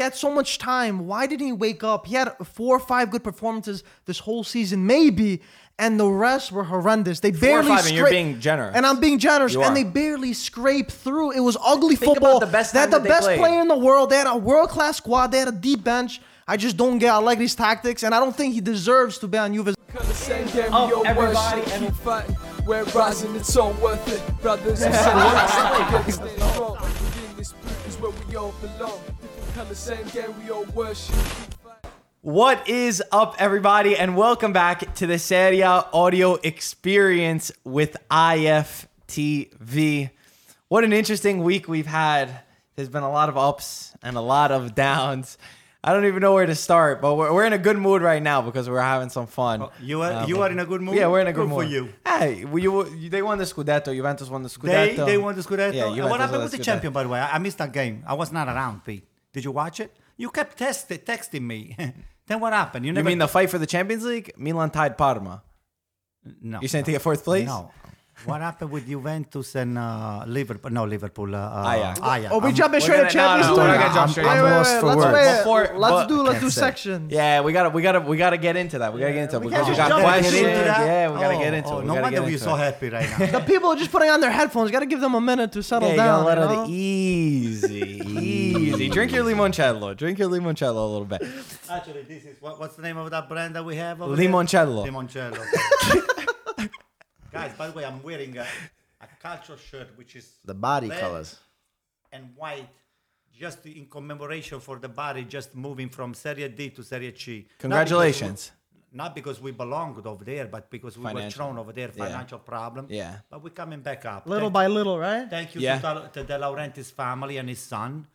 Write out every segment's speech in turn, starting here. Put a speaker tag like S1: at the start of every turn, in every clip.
S1: had so much time. Why didn't he wake up? He had four or five good performances this whole season, maybe, and the rest were horrendous. They
S2: Four or
S1: barely
S2: five, and you're
S1: scra-
S2: being generous.
S1: And I'm being generous,
S2: You
S1: and
S2: are.
S1: they barely scraped through. It was ugly
S2: Think
S1: football.
S2: about the best
S1: they had
S2: time
S1: the
S2: that they
S1: best
S2: played.
S1: player in the world. They had a world class squad. They had a deep bench. I just don't get Allegri's tactics, and I don't think he deserves to be on Juve's.
S3: Up, everybody,
S4: everybody,
S3: and-
S4: keep fighting. We're rising, it's all worth it. Brothers and sisters, stay strong. In this group is where we all belong. Different colors, same game, we all worship.
S2: What is up, everybody, and welcome back to the Serie A Audio Experience with IFTV. What an interesting week we've had. There's been a lot of ups and a lot of downs. I don't even know where to start, but we're, we're in a good mood right now because we're having some fun.
S5: Oh, You are,
S2: Uh,
S5: you
S2: but-
S5: are in a good mood.
S2: Yeah, we're in a good
S5: Good
S2: mood.
S5: for you.
S2: Hey, we, you, you- they won the Scudetto. Juventus won the
S5: They,
S2: Scudetto.
S5: they won the Scudetto.
S2: Yeah,
S5: And
S2: Juventus
S5: Uh, what
S2: won
S5: happened with the
S2: Scudetto.
S5: champion, by the way? I I missed that game. I was not around, Pete. Did you watch it? You kept test- texting me. then what happened?
S2: You
S5: never.
S2: mean the fight for the Champions League? Milan tied Parma.
S5: No.
S2: You're saying to get fourth place?
S5: No. what happened with Juventus and uh, Liverpool? No, Liverpool. Uh, uh,
S2: Ajax.
S5: Ajax.
S1: Oh, we
S5: I'm-
S1: jumping
S2: we're
S1: straight to
S2: gonna- no,
S1: Champions
S2: no, we're not gonna
S1: League.
S2: jump
S1: I'm-
S5: straight.
S1: wait,
S5: I'm
S1: wait,
S5: lost
S1: wait,
S5: for
S1: let's
S5: words.
S1: wait.
S2: Before-
S1: let's
S2: but-
S1: do let's do
S5: Can't say.
S1: sections.
S2: Yeah, we gotta, we gotta, we gotta get into that. We gotta get into it
S5: We
S2: because
S5: can't
S2: we
S5: just
S2: got
S5: jump right
S2: questions.
S5: into that?
S2: Yeah, we gotta
S5: Oh,
S2: get into
S5: oh,
S2: it. We
S5: No
S2: gotta
S5: wonder
S2: get
S5: we're
S2: into
S5: so
S2: it.
S5: happy right now.
S1: The people are just putting on their headphones. Got to give them a minute to settle
S2: Yeah, you
S1: down.
S2: gotta let
S1: you know?
S2: it easy, easy. Drink your limoncello. Drink your limoncello a little bit.
S5: Actually, this is what, what's the name of that brand that we have? Over there?
S2: Limoncello.
S5: Limoncello. Guys, by the way, I'm wearing a, a culture shirt, which is
S6: The body
S5: red
S6: colors.
S5: and white, just in commemoration for the body just moving from Serie D to Serie C.
S2: Congratulations.
S5: Not because we, not because we belonged over there, but because we were
S2: Financial.
S5: thrown over there,
S2: Yeah.
S5: financial problem.
S2: Yeah.
S5: But we're coming back up.
S1: Little
S5: Thank-
S1: by little, right?
S5: Thank you
S2: Yeah.
S5: to, Dal- to De Laurentiis family and his son.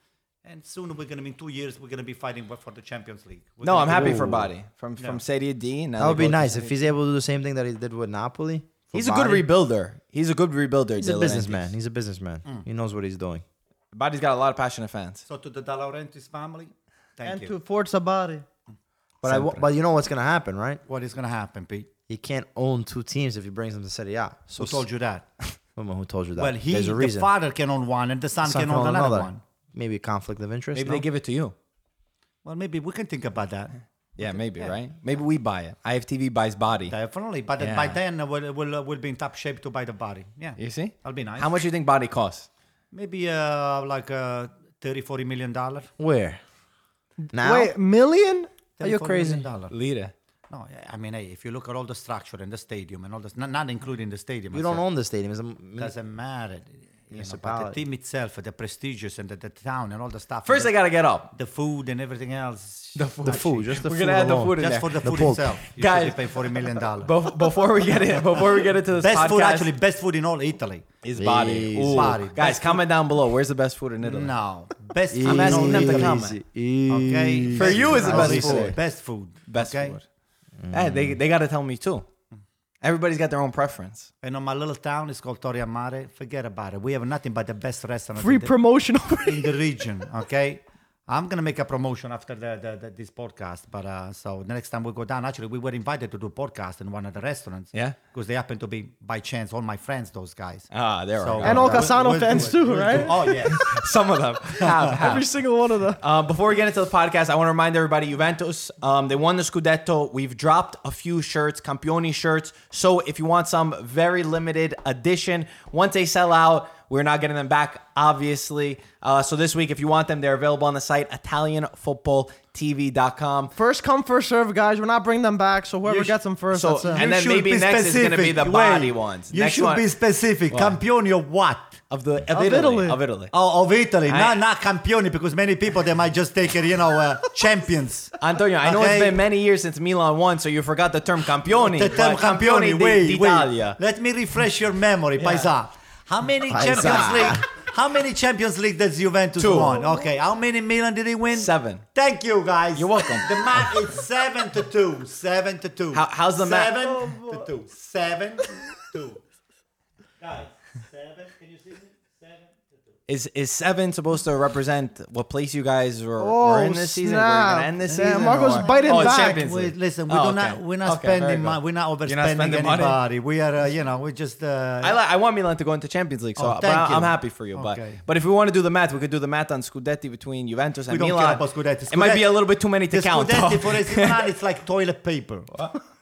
S5: And soon we're going to be, in two years, we're going to be fighting for the Champions League. We're
S2: No,
S5: gonna
S2: I'm
S5: be-
S2: happy for Body from
S5: Yeah.
S2: from Serie D. now
S6: That would
S2: they
S6: be
S2: go to
S6: nice
S2: Serie
S6: if
S2: D.
S6: he's able to do the same thing that he did with Napoli. for
S2: He's a good
S6: body.
S2: rebuilder. He's a good rebuilder.
S6: He's a
S2: Dylan
S6: businessman.
S2: Andes.
S6: He's a businessman. He knows what he's doing.
S2: Body's got a lot of passionate fans.
S5: So to the De Laurentiis family, thank
S1: and
S5: you.
S1: to Forza Body.
S6: But I, wa-
S2: Sempre.
S6: but you know what's gonna happen, right?
S5: what is going to happen, Pete?
S6: He can't own two teams if he brings them to Serie A. So
S5: Who told you that?
S6: Woman who told you that?
S5: Well, he,
S6: There's a
S5: the
S6: reason.
S5: father can own one and the son,
S6: Son
S5: can
S6: can
S5: own
S6: own
S5: another, one.
S6: Maybe a conflict of interest.
S2: Maybe
S6: no?
S2: they give it to you.
S5: Well, maybe we can think about that.
S2: Yeah, maybe right. Maybe we buy it. IFTV buys Body.
S5: Definitely. But then by
S2: Yeah.
S5: then, uh, we'll, we'll, uh, we'll be in top shape to buy the body. Yeah.
S2: You see?
S5: That'll be nice.
S2: How much do you think Body costs?
S5: Maybe uh, like uh, 30, 40 million dollars.
S6: where? Now?
S1: Wait, million?
S6: Are you crazy?
S5: Dollar.
S2: Lira.
S5: No, I- I mean, hey, if you look at all the structure and the stadium and all this, not, not including the stadium.
S6: You
S5: I
S6: don't
S5: said,
S6: own the stadium. It's a m-
S5: Doesn't matter. You know, but the
S6: Municipality.
S5: team itself, the prestigious and the, the town and all the stuff.
S2: First,
S5: the,
S2: I gotta get up.
S5: the food and everything else.
S2: The food.
S6: the food. Just the
S2: We're
S6: food
S2: gonna add the
S6: alone.
S2: food in
S5: just
S2: there.
S5: for the,
S6: The
S5: food
S6: pulp.
S5: itself, you
S2: Guys.
S5: should pay forty million dollars.
S2: Bef- before we get in, before we get into this
S5: Best
S2: podcast,
S5: food, actually, best food in all Italy.
S2: is body.
S6: Easy.
S2: Ooh.
S5: Body.
S2: Guys, comment down below. Where's the best food in Italy?
S5: No, best. food
S2: I'm
S5: in all
S2: asking them to
S5: Italy.
S2: comment.
S5: Okay,
S2: For you is the
S5: All
S2: best
S5: Italy.
S2: food.
S5: Best food.
S2: Best
S5: okay?
S2: food. Hey, Eh, they they gotta tell me too. Everybody's got their own preference.
S5: And on my little town, it's called Torriamare. Forget about it. We have nothing but the best restaurant.
S1: Free
S5: in the-
S1: promotion.
S5: in the region. Okay, I'm gonna make a promotion after the, the, the this podcast. But uh, so the next time we go down, actually, we were invited to do podcast in one of the restaurants.
S2: Yeah?
S5: because they happen to be by chance all my friends. Those guys.
S2: Ah, there
S5: So- uh,
S2: are
S1: and all Casano
S5: We'll do
S1: fans
S5: it.
S1: too,
S5: We'll do-
S1: right?
S5: Oh yeah.
S2: some of them. Have, have.
S1: Every single one of them.
S2: Um, before we get into the podcast, I want to remind everybody Juventus, um, they won the Scudetto. We've dropped a few shirts, Campioni shirts. So if you want some very limited edition, once they sell out, we're not getting them back, obviously. Uh, so this week, if you want them, they're available on the site ItalianFootballTV.com.
S1: First come, first serve, guys. We're not bringing them back, so whoever gets them first,
S2: so-
S1: that's it.
S2: and
S5: You
S2: then
S5: should
S2: maybe
S5: be
S2: next is gonna be
S5: specific.
S2: the
S5: Wait,
S2: body ones.
S5: You
S2: Next
S5: should
S2: one-
S5: be specific. Campione of what?
S2: Of the of,
S1: Of
S2: Italy,
S1: Italy.
S2: Of Italy.
S5: Oh, of Italy,
S2: I-
S5: not not campione, because many people they might just take it, you know, uh, champions.
S2: Antonio, I know
S5: Okay.
S2: it's been many years since Milan won, so you forgot the term Campioni.
S5: The term
S2: but
S5: campione,
S2: di-
S5: wait,
S2: d'Italia.
S5: wait. Let me refresh your memory, Paisa. How many
S6: Paisa.
S5: Champions League? How many Champions League does Juventus
S2: Two.
S5: won? Okay, how many Milan did he win?
S2: Seven.
S5: Thank you, guys.
S2: You're welcome.
S5: The math is seven to two. Seven to two.
S2: How- how's the Oh, math?
S5: seven to two. Seven to two. Guys, seven. Can you see me? Seven to two.
S2: Is is seven supposed to represent what place you guys were, were
S1: Oh,
S2: in this season? We're gonna
S1: snap.
S2: end this
S1: Yeah,
S2: season.
S1: Marco's
S2: or-
S1: biting
S2: oh, it's
S1: back.
S2: Champions
S5: We,
S2: League.
S5: listen, we
S2: Oh,
S5: do not.
S2: okay.
S5: We're not
S2: Okay, very
S5: spending money.
S2: good.
S5: We're not
S2: You're not
S5: overspending
S2: spending money?
S5: anybody. We are, uh, you know, we're just. Uh,
S2: I, like, I want Milan to go into Champions League, so
S5: Oh,
S2: but
S5: thank
S2: I- I'm
S5: you.
S2: happy for you.
S5: Okay.
S2: But but if we want to do the math, we could do the math on Scudetti between Juventus and
S5: we don't
S2: Milan.
S5: care about Scudetti.
S2: It might be
S5: Scudetti-
S2: a little bit too many to
S5: the
S2: count.
S5: Scudetti
S2: though.
S5: for AC Milan, it's like toilet paper.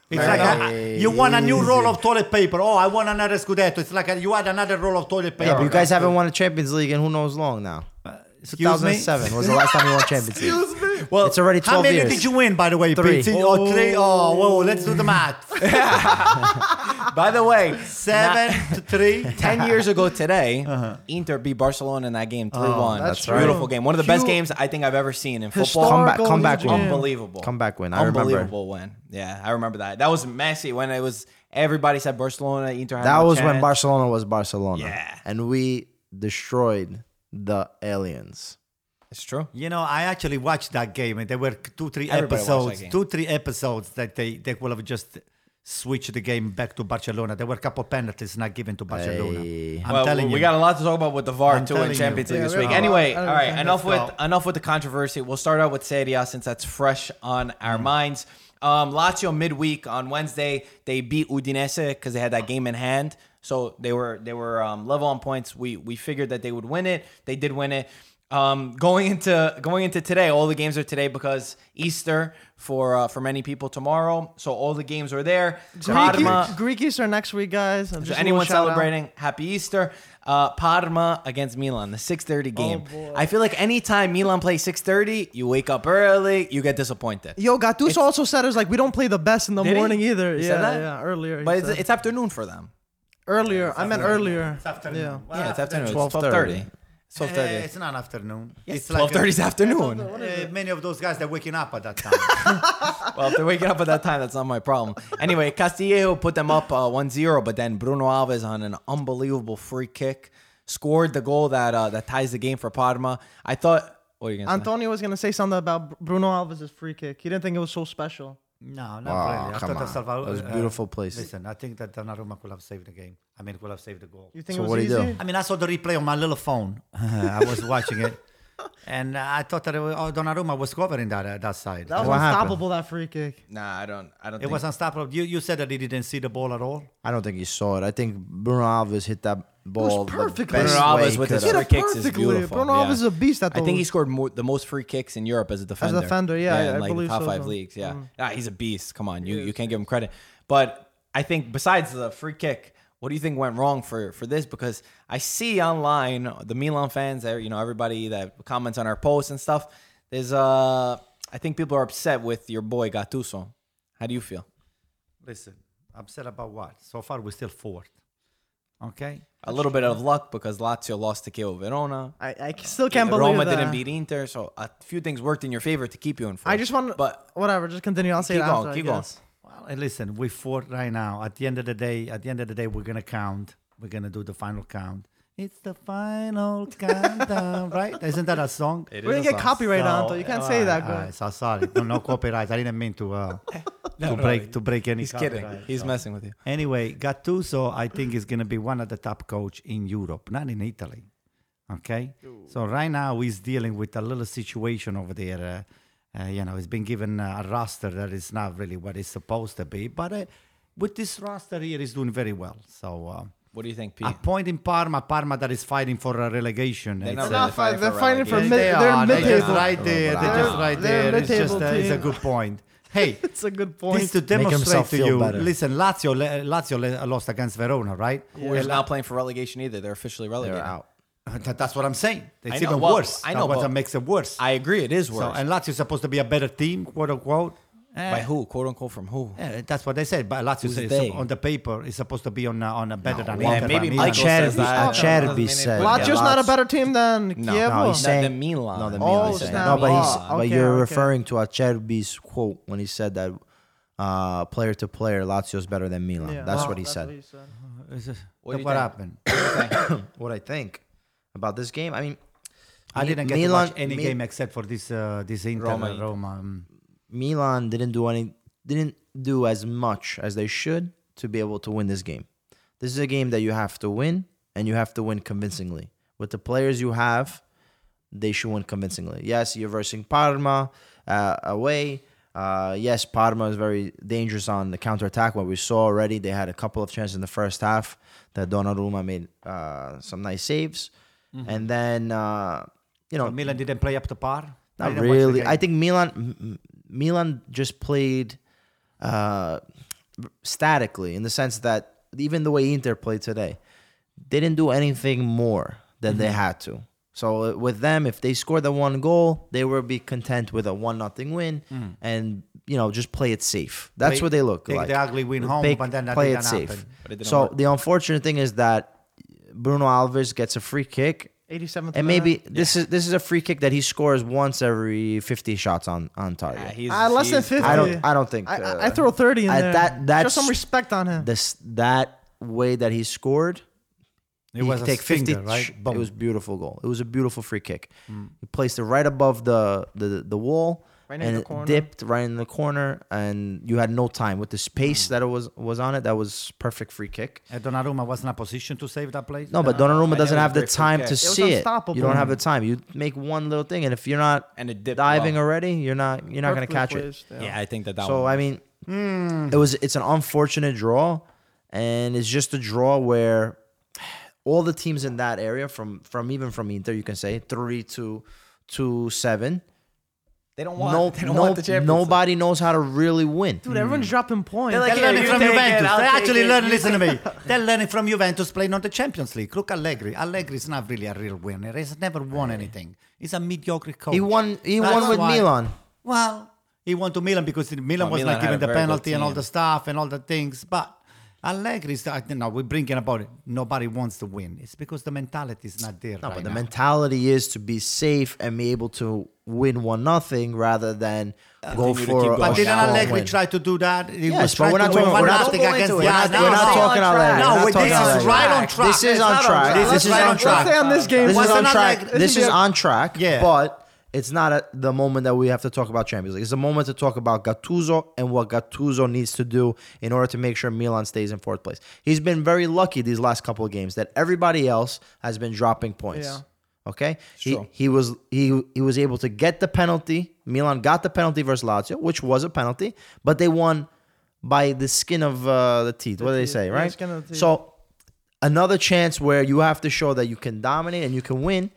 S5: It's
S6: Fair
S5: like
S6: enough.
S5: a- you want a new roll of toilet paper. Oh, I want another Scudetto. It's like a, you had another roll of toilet paper.
S6: Yeah, but you guys haven't won a Champions League in who knows long now.
S1: Uh,
S5: Excuse me?
S6: 2007 was the last time you won Champions League.
S2: Well,
S6: it's already
S5: How
S6: 12
S5: many
S6: years.
S5: did you win, by the way?
S6: Three.
S5: PT? Oh, three. Oh, whoa. Let's do the math.
S2: by the way,
S5: Seven to three.
S2: Ten years ago today,
S5: Uh-huh.
S2: Inter beat Barcelona in that game three
S5: Oh,
S2: one.
S1: That's
S2: That's beautiful
S1: right.
S2: game. One of the best
S1: Huge-
S2: games I think I've ever seen in
S1: Historic-
S2: football.
S6: Comeback,
S1: Goal
S6: comeback
S1: leader.
S6: win.
S2: Unbelievable.
S6: Comeback win. I remember.
S2: Unbelievable win. Yeah, I remember that. That was Messi when it was everybody said Barcelona, Inter. had
S6: That
S2: no
S6: was when
S2: chance.
S6: Barcelona was Barcelona.
S2: Yeah.
S6: And we destroyed the aliens.
S2: It's true.
S5: You know, I actually watched that game, and there were two, three
S2: Everybody watched that
S5: episodes,
S2: game.
S5: two, three episodes that they they will have just switched the game back to Barcelona. There were a couple penalties not given to Barcelona.
S6: Hey.
S5: I'm
S2: well,
S5: telling
S2: we
S5: you,
S2: got a lot to talk about with the VAR
S5: I'm
S2: too in
S5: telling
S2: Champions
S5: you.
S2: League
S1: Yeah,
S2: this
S1: we
S2: week.
S1: have a
S2: Anyway,
S1: lot. I
S2: all
S1: don't
S2: right,
S1: think
S2: enough with
S5: that's
S2: enough with the controversy. We'll start out with Serie A since that's fresh on
S5: Hmm.
S2: our minds. Um, Lazio midweek on Wednesday they beat Udinese because they had that game in hand, so they were they were um, level on points. We we figured that they would win it. They did win it. Um, going into going into today, all the games are today because Easter for uh, for many people tomorrow. So all the games are there. Parma-
S1: Greek, Greek Easter next week, guys. Just a
S2: so
S1: little
S2: anyone
S1: shout out.
S2: celebrating, happy Easter. Uh, Parma against Milan, the 6:30 game. I feel like anytime Milan plays 6:30, you wake up early, you get disappointed.
S1: Yo, Gattuso also said it was like we don't play the best in the
S2: Did he?
S1: morning either.
S2: He
S1: yeah,
S2: said that?
S1: yeah, earlier. he
S2: but it's,
S1: said.
S2: it's afternoon for them.
S1: earlier. I meant earlier. It's
S5: afternoon.
S1: Yeah.
S5: Well,
S2: yeah, it's afternoon.
S6: 12:30.
S2: 12:30. It's 12:30.
S5: Eh, it's not afternoon. it's like
S2: 12:30 is afternoon.
S5: uh, many of those guys they're waking up at that time.
S2: well, if they're waking up at that time, that's not my problem. Anyway, Castillejo put them up uh, 1-0, but then Bruno Alves on an unbelievable free kick scored the goal that uh, that ties the game for Parma. I thought. What are you going to say?
S1: Antonio was gonna say something about Br- Bruno Alves' free kick. He didn't think it was so special.
S5: no, not
S6: Wow,
S5: really. I
S6: come
S5: thought uh,
S6: on. That was a beautiful place.
S5: Listen, I think that Donnarumma could have saved the game. I mean, could have saved the goal.
S1: You think
S6: So
S1: it was
S6: what'd he
S1: easy?
S6: do?
S5: I mean, I saw the replay on my little phone. I was watching it, and I thought that it was, oh, Donnarumma was covering that uh, that side.
S1: That was
S6: What happened?
S1: unstoppable. That free kick.
S2: Nah, I don't. I don't.
S5: It
S2: think
S5: was unstoppable. You you said that he didn't see the ball at all.
S6: I don't think he saw it. I think Bruno Alves hit that ball. the
S1: perfect.
S6: best
S2: Bruno
S6: way
S2: Alves
S6: he
S2: with
S6: could
S2: his
S6: have.
S1: Hit
S2: free
S1: it
S2: kicks is
S1: perfectly.
S2: beautiful.
S1: Bruno Alves is a beast at
S2: I think he
S1: those.
S2: scored more, the most free kicks in Europe as a defender.
S1: defender, yeah, I-
S2: in,
S1: I
S2: like the
S1: believe
S2: top
S1: so, Mm.
S2: five
S1: so.
S2: leagues. Yeah, Ah, he's a beast. Come on, you you can't give him credit. But I think besides the free kick, what do you think went wrong for for this? Because I see online the Milan fans, eh, you know, everybody that comments on our posts and stuff. There's uh, I think people are upset with your boy Gattuso. How do you feel?
S5: Listen, upset about what? So far, we're still fourth. Okay.
S2: A little bit of luck because Lazio lost to Chievo Verona.
S1: I, I still can't believe
S2: Roma
S1: that.
S2: didn't beat Inter, so a few things worked in your favor to keep you in. First.
S1: I just want.
S2: but
S1: But whatever. Just continue. I'll say
S2: Keep
S1: it
S2: going,
S1: after. I
S2: keep going.
S1: guess.
S5: Well, and listen, we're fourth right now. At the end of the day, at the end of the day, we're gonna count. We're gonna do the final count. It's the final countdown, right? Isn't that a song?
S1: We're gonna get copyright
S5: So,
S1: on. though. You can't say
S5: alright,
S1: that. bro.
S5: alright, so sorry, no, no copyright. I didn't mean to uh, to break to break any.
S2: he's kidding.
S5: copyright,
S2: He's
S5: so.
S2: messing with you.
S5: Anyway, Gattuso, I think is going to be one of the top coach in Europe, not in Italy. Okay, so right now he's dealing with a little situation over there. Uh, uh, you know, he's been given uh, a roster that is not really what it's supposed to be, but uh, with this roster here, he's doing very well. So. Uh,
S2: What do you think, Pete?
S5: a point in Parma, Parma that is fighting for a relegation.
S2: They're not
S5: It's, uh,
S2: really fighting
S1: They're
S2: for
S1: fighting for
S2: relegation.
S1: mid.
S5: they
S1: They're
S5: are. They're just
S1: mid-table.
S5: right there. They're just right
S1: They're
S5: there. It's just
S1: mid-table
S5: uh, it's a
S1: team.
S5: good point. Hey,
S1: It's a good
S5: this
S1: point.
S5: to demonstrate
S6: himself
S5: to
S6: feel
S5: you.
S6: better.
S5: Listen, Lazio, le- Lazio le- lost against Verona, right? uh,
S2: They're not playing for relegation either. They're officially relegated.
S6: They're out.
S5: That- that's what I'm saying.
S2: I
S5: It's
S2: know,
S5: even
S2: well,
S5: worse.
S2: I know,
S5: That's
S2: but-
S5: what makes it worse.
S2: I agree. It is worse.
S5: So, and Lazio is supposed to be a better team, quote unquote. Eh,
S2: By who? Quote unquote from who?
S5: eh, that's what they said. But Lazio
S2: Who's
S5: is,
S2: they?
S5: on the paper is supposed to be on uh, on a better than
S2: well,
S5: Inter.
S2: maybe
S5: Milan.
S2: Michael said
S6: Acerbi-
S2: that.
S6: Acerbi
S2: Yeah.
S6: said-
S1: Lazio's not a
S6: Lazio-
S1: better team than
S2: No,
S1: Kiev.
S6: No, he's
S2: The-
S6: saying
S2: the Milan.
S6: No, the
S2: Oh,
S6: Milan.
S1: it's
S6: saying.
S1: not
S6: No, but he's
S1: Milan.
S6: but
S1: Okay,
S6: you're
S1: okay.
S6: referring to Acerbi's quote when he said that uh, player to player, Lazio's better than Milan.
S1: Yeah.
S6: That's
S1: Oh,
S6: what he said.
S1: he said.
S5: Is it-
S2: What do you
S5: what
S2: think?
S5: happened?
S6: what I think about this game. I mean,
S5: I
S6: Mi-
S5: didn't get
S6: Milan-
S5: to watch any
S6: Mi-
S5: game except for this uh, this Inter
S2: Roma,
S5: Roma. Roma. mm.
S6: Milan didn't do any didn't do as much as they should to be able to win this game. This is a game that you have to win and you have to win convincingly. With the players you have, they should win convincingly. Yes, you're versing Parma uh, away. Uh, yes, Parma is very dangerous on the counterattack. What we saw already, they had a couple of chances in the first half that Donnarumma made uh, some nice saves. And then, uh, you know,
S5: Milan didn't play up to par. mm. I
S6: not
S5: didn't watch the
S6: really.
S5: game.
S6: I think Milan M- M- Milan just played uh, statically in the sense that even the way Inter played today, they didn't do anything more than
S5: Mm-hmm.
S6: they had to. So uh, with them, if they scored the one goal, they will be content with a one nothing win, and you know just play it safe.
S5: Mm.
S6: That's
S5: Play-
S6: what they look
S5: take
S6: like.
S5: the ugly win home,
S6: Play-
S5: but then that
S6: play
S5: didn't
S6: it safe.
S5: happen. But
S2: it didn't
S6: So
S2: work.
S6: the unfortunate thing is that Bruno Alves gets a free kick
S1: 87th minute.
S6: and maybe this is this is a free kick that he scores once every 50 shots on on target.
S2: He's,
S1: Uh, less than
S2: he's-
S1: 50.
S6: I don't I don't think
S1: I,
S6: uh,
S1: I- I throw 30 in
S6: I-
S1: there.
S6: that- that's-
S1: Show some respect on him.
S6: this that way that he scored.
S5: It was
S6: he
S5: a
S6: take 50
S5: stinger,
S6: sh-
S5: right?
S6: It
S5: Boom.
S6: was beautiful goal. It was a beautiful free kick. He placed it right above the the the wall.
S1: Right in
S6: and
S1: the
S6: it
S1: corner.
S6: dipped right in the corner, and you had no time with the space that it was was on it. That was perfect free kick. Uh,
S5: And Eh, Donnarumma was in a position to save that Uh, play.
S6: No, but Donnarumma
S2: that
S6: doesn't
S2: was
S6: have the
S2: great free
S6: time
S2: kick.
S6: to
S2: It
S1: was
S6: see it. You
S1: unstoppable.
S6: don't have the time. You make one little thing, and if you're not
S2: And it dipped
S6: diving
S2: well.
S6: already, you're not you're not going to catch it.
S2: Yeah, I think that that
S6: So
S2: one.
S6: I mean,
S2: Hmm.
S6: it was it's an unfortunate draw, and it's just a draw where all the teams in that area from from even from Inter, you can say three to to seven.
S2: they don't want.
S6: No,
S2: they don't
S6: no-
S2: want the champions.
S6: nobody knows how to really win.
S1: Dude, everyone's dropping points.
S2: like-
S5: They're learning
S2: you
S5: from
S2: take it,
S5: Juventus.
S2: I'll
S5: they
S2: take
S5: actually
S2: it,
S5: learning.
S2: you
S5: Listen to me. They're learning from Juventus playing on the Champions League. Look, Allegri. Allegri is not really a real winner. He's never
S2: Eh.
S5: won anything. He's a mediocre coach.
S6: He won. He
S5: That's
S6: won with
S5: why-
S6: Milan.
S5: Well, he won to Milan because the Milan
S2: Well,
S5: was
S2: Milan
S5: not
S2: had
S5: given
S2: a
S5: the
S2: very good
S5: penalty and all
S2: team.
S5: the stuff and all the things. But Allegri is. I think now we're bringing about it. Nobody wants to win. It's because the mentality is not there.
S6: No,
S5: right
S6: but the
S5: now.
S6: mentality is to be safe and be able to win one nothing rather than go
S2: Continue to
S6: for.
S2: keep
S6: a
S2: going.
S5: But
S2: didn't
S5: didn't
S6: strong
S5: Allegri
S6: win.
S5: try to do that? He
S6: Yes,
S5: was
S6: but
S5: trying
S6: we're not
S5: to
S6: talking-
S5: win
S6: we're
S5: one
S6: not-
S5: nothing
S2: don't go
S5: against
S2: into
S5: the
S2: it. We're not-
S5: no,
S2: we're
S5: no,
S2: not
S5: no.
S2: talking Allegri.
S5: No,
S2: We're
S5: this
S2: not talking
S5: is
S2: Allegri.
S5: right on track.
S6: This is
S5: It's
S6: on
S5: not
S6: track.
S5: track.
S6: This is
S5: right
S6: on track.
S1: Let's stay on this game.
S6: This
S5: What's
S6: is on
S5: another
S6: track.
S5: leg-
S6: This
S5: isn't
S6: is
S5: there-
S6: on track.
S5: Yeah.
S6: But it's not at the moment that we have to talk about Champions League. It's a moment to talk about Gattuso and what Gattuso needs to do in order to make sure Milan stays in fourth place. He's been very lucky these last couple of games that everybody else has been dropping points.
S1: Yeah.
S6: Okay, he,
S2: true.
S6: he was he he was able to get the penalty. Milan got the penalty versus Lazio, which was a penalty, but they won by the skin of uh, the teeth. what do they
S1: teeth.
S6: say,
S1: Yeah,
S6: right?
S1: skin of the teeth.
S6: So another chance where you have to show that you can dominate and you can win.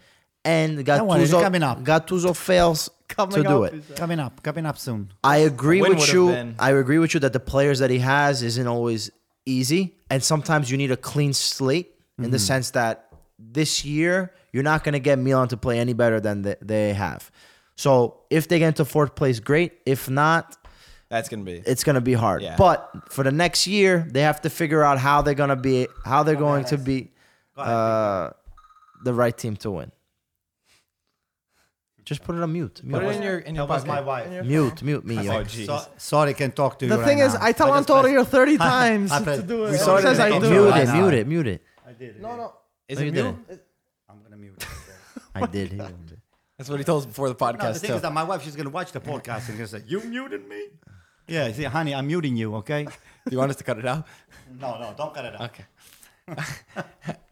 S6: And
S5: worry, they're
S6: Gattuso,
S5: coming up.
S6: Gattuso fails to
S1: Coming
S6: do
S1: up
S6: it.
S1: is-
S5: Coming up, coming up soon.
S6: I agree
S2: Win
S6: with
S2: would've
S6: you.
S2: been-
S6: I agree with you that the players that he has isn't always easy, and sometimes you need a clean slate in
S5: Mm-hmm.
S6: the sense that this year you're not going to get Milan to play any better than th- they have. So if they get into fourth place, great. If not,
S2: that's gonna be.
S6: it's going to be hard.
S2: Yeah.
S6: But for the next year, they have to figure out how they're going to be, how they're going to be uh, the right team to win. Just put it on mute.
S2: Put it
S6: Mute,
S2: in your in your
S5: That was my
S2: pocket.
S5: wife.
S6: mute, mute me. yo.
S2: Oh jeez.
S5: So, sorry, can talk to you.
S1: The
S5: right
S1: thing is,
S5: now.
S1: I tell
S5: just
S1: Antonio
S5: press-
S1: 30 times
S5: I press-
S1: to do it.
S5: we
S1: He
S5: saw it
S1: says
S5: in
S1: I
S5: the
S1: do.
S5: video.
S6: Mute
S5: I
S6: it,
S5: know.
S6: mute it, mute it.
S1: No, no.
S2: Is
S6: No,
S2: it
S6: you
S2: mute?
S6: didn't.
S5: I'm gonna mute.
S6: I did. hear him.
S2: That's what he told us before the
S5: No, the
S2: podcast.
S5: thing is
S2: too.
S5: that my wife, she's gonna watch the podcast and gonna say, "You muted me." Yeah, you see, honey, I'm muting you. Okay.
S2: Do you want us to cut it out?
S5: no, no, don't cut it out.
S2: Okay.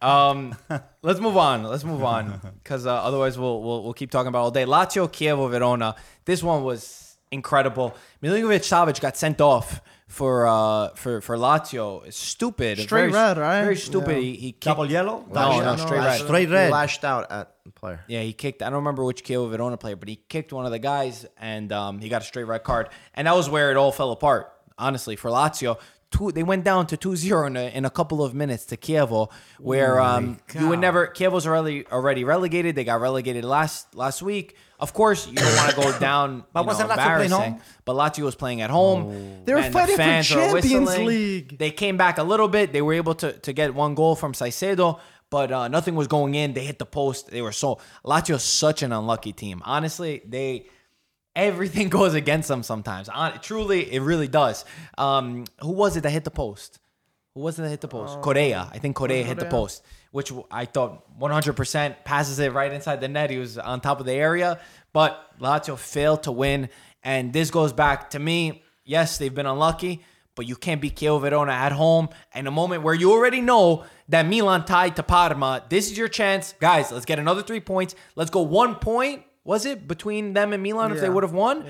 S2: um, let's move on. Let's move on because uh, otherwise we'll, we'll we'll keep talking about it all day. Lazio, Kievo, Verona. This one was incredible. Milinkovic Savic got sent off for uh for for Lazio. It's stupid.
S1: Straight
S2: very,
S1: red, right?
S2: Very stupid.
S1: Yeah.
S2: He, he kicked,
S5: Double yellow.
S2: No, no,
S5: Double-
S2: straight
S6: Lashed-
S2: red.
S5: Straight red.
S6: Lashed out at the player.
S2: Yeah, he kicked. I don't remember which Kievo Verona player, but he kicked one of the guys, and um, he got a straight red card. And that was where it all fell apart, honestly, for Lazio. Two, they went down to 2-0 in a, in a couple of minutes to Kievo,
S5: Oh
S2: where um, you would never. Kievo's already already relegated. They got relegated last last week. Of course, you don't want to go down.
S5: But
S2: you know,
S5: wasn't Lazio playing
S2: embarrassing,
S5: home? Oh.
S2: But Lazio was playing at home.
S1: They were
S2: and the
S1: fighting for
S2: fans were
S1: Champions
S2: whistling.
S1: League.
S2: They came back a little bit. They were able to, to get one goal from Saicedo, but uh, nothing was going in. They hit the post. They were so Lazio's such an unlucky team. Honestly, they everything goes against them sometimes. Hon- truly, it really does. Um, who was it that hit the post? Who was it that hit the
S1: Oh,
S2: post? Correa. I think Correa hit the post, which w- I thought 100% passes it right inside the net. He was on top of the area, but Lazio failed to win. And this goes back to me. Yes, they've been unlucky, but you can't beat KO Verona at home. And a moment where you already know that Milan tied to Parma, this is your chance, guys. Let's get another three points. Let's go one point. Was it between them and Milan if they
S1: Yeah.
S2: would have won?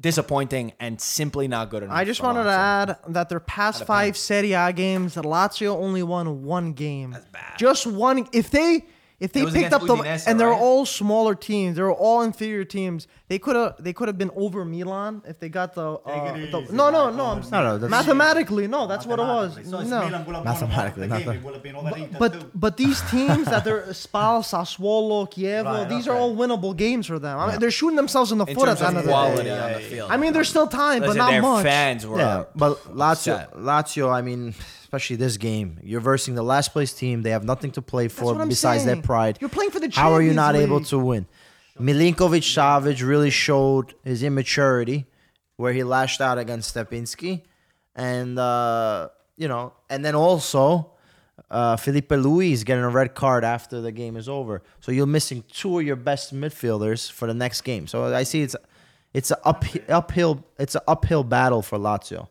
S2: Disappointing and simply not good enough.
S1: I just
S2: for
S1: wanted to
S2: Alonso.
S1: add that their past five Serie A games, Lazio only won one game. That's bad. Just one. If they if they
S2: was
S1: picked up
S2: against
S1: the
S2: Udinese,
S1: and they're
S2: right?
S1: all smaller teams, they're all inferior teams. They could have they could have been over Milan if they got the, uh,
S7: Take it
S1: the
S7: easy,
S1: no no
S7: Michael.
S1: no I'm
S6: No, no, that's-
S1: mathematically no that's what it was
S7: Mathematically. So it's
S1: no.
S7: Milan will have
S6: Mathematically,
S7: won half the game.
S6: nothing.
S7: It will have been over Inter too.
S1: But but these teams that they're Spal, Sassuolo, Kiev,
S7: Right,
S1: these are
S7: okay.
S1: all winnable games for them. I mean, they're shooting themselves in the
S2: in
S1: foot at
S2: terms
S1: the end
S2: of
S1: of the
S2: quality
S1: day.
S2: on the field.
S1: I mean, there's still time, but
S2: Listen,
S1: not
S2: their
S1: much.
S2: fans were
S6: Yeah, but Lazio,
S2: upset.
S6: Lazio. I mean, especially this game, you're versing the last place team. They have nothing to play for
S1: what I'm
S6: besides
S1: saying.
S6: their pride.
S1: You're playing for the
S6: How are you
S1: Champions
S6: not able
S1: League.
S6: to win? Milinkovic Savic really showed his immaturity, where he lashed out against Stepinski, and uh, you know, and then also. Uh, Felipe Luis getting a red card after the game is over, so you're missing two of your best midfielders for the next game. So I see it's it's a up, uphill it's an uphill battle for Lazio.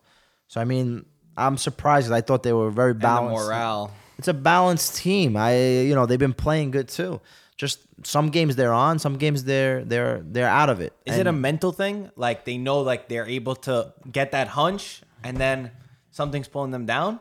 S6: So I mean, I'm surprised. I thought they were very
S2: and the
S6: balanced.
S2: morale.
S6: It's a balanced team. I you know they've been playing good too. Just some games they're on, some games they're they're they're out of it.
S2: Is
S6: And
S2: it a mental thing? Like they know, like they're able to get that hunch, and then something's pulling them down.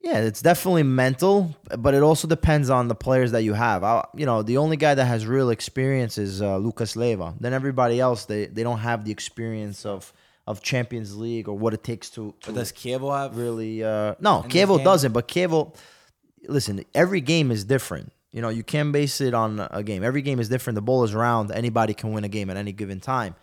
S6: Yeah, it's definitely mental, but it also depends on the players that you have. I, you know, the only guy that has real experience is uh, Lucas Leiva. Then everybody else, they, they don't have the experience of of Champions League or what it takes to. to
S2: But does Kievo have
S6: really uh no
S2: this
S6: Kevo
S2: game?
S6: doesn't but Kevo listen every game is different you know you can't base it on a game every game is different the ball is round anybody can win a game at any given time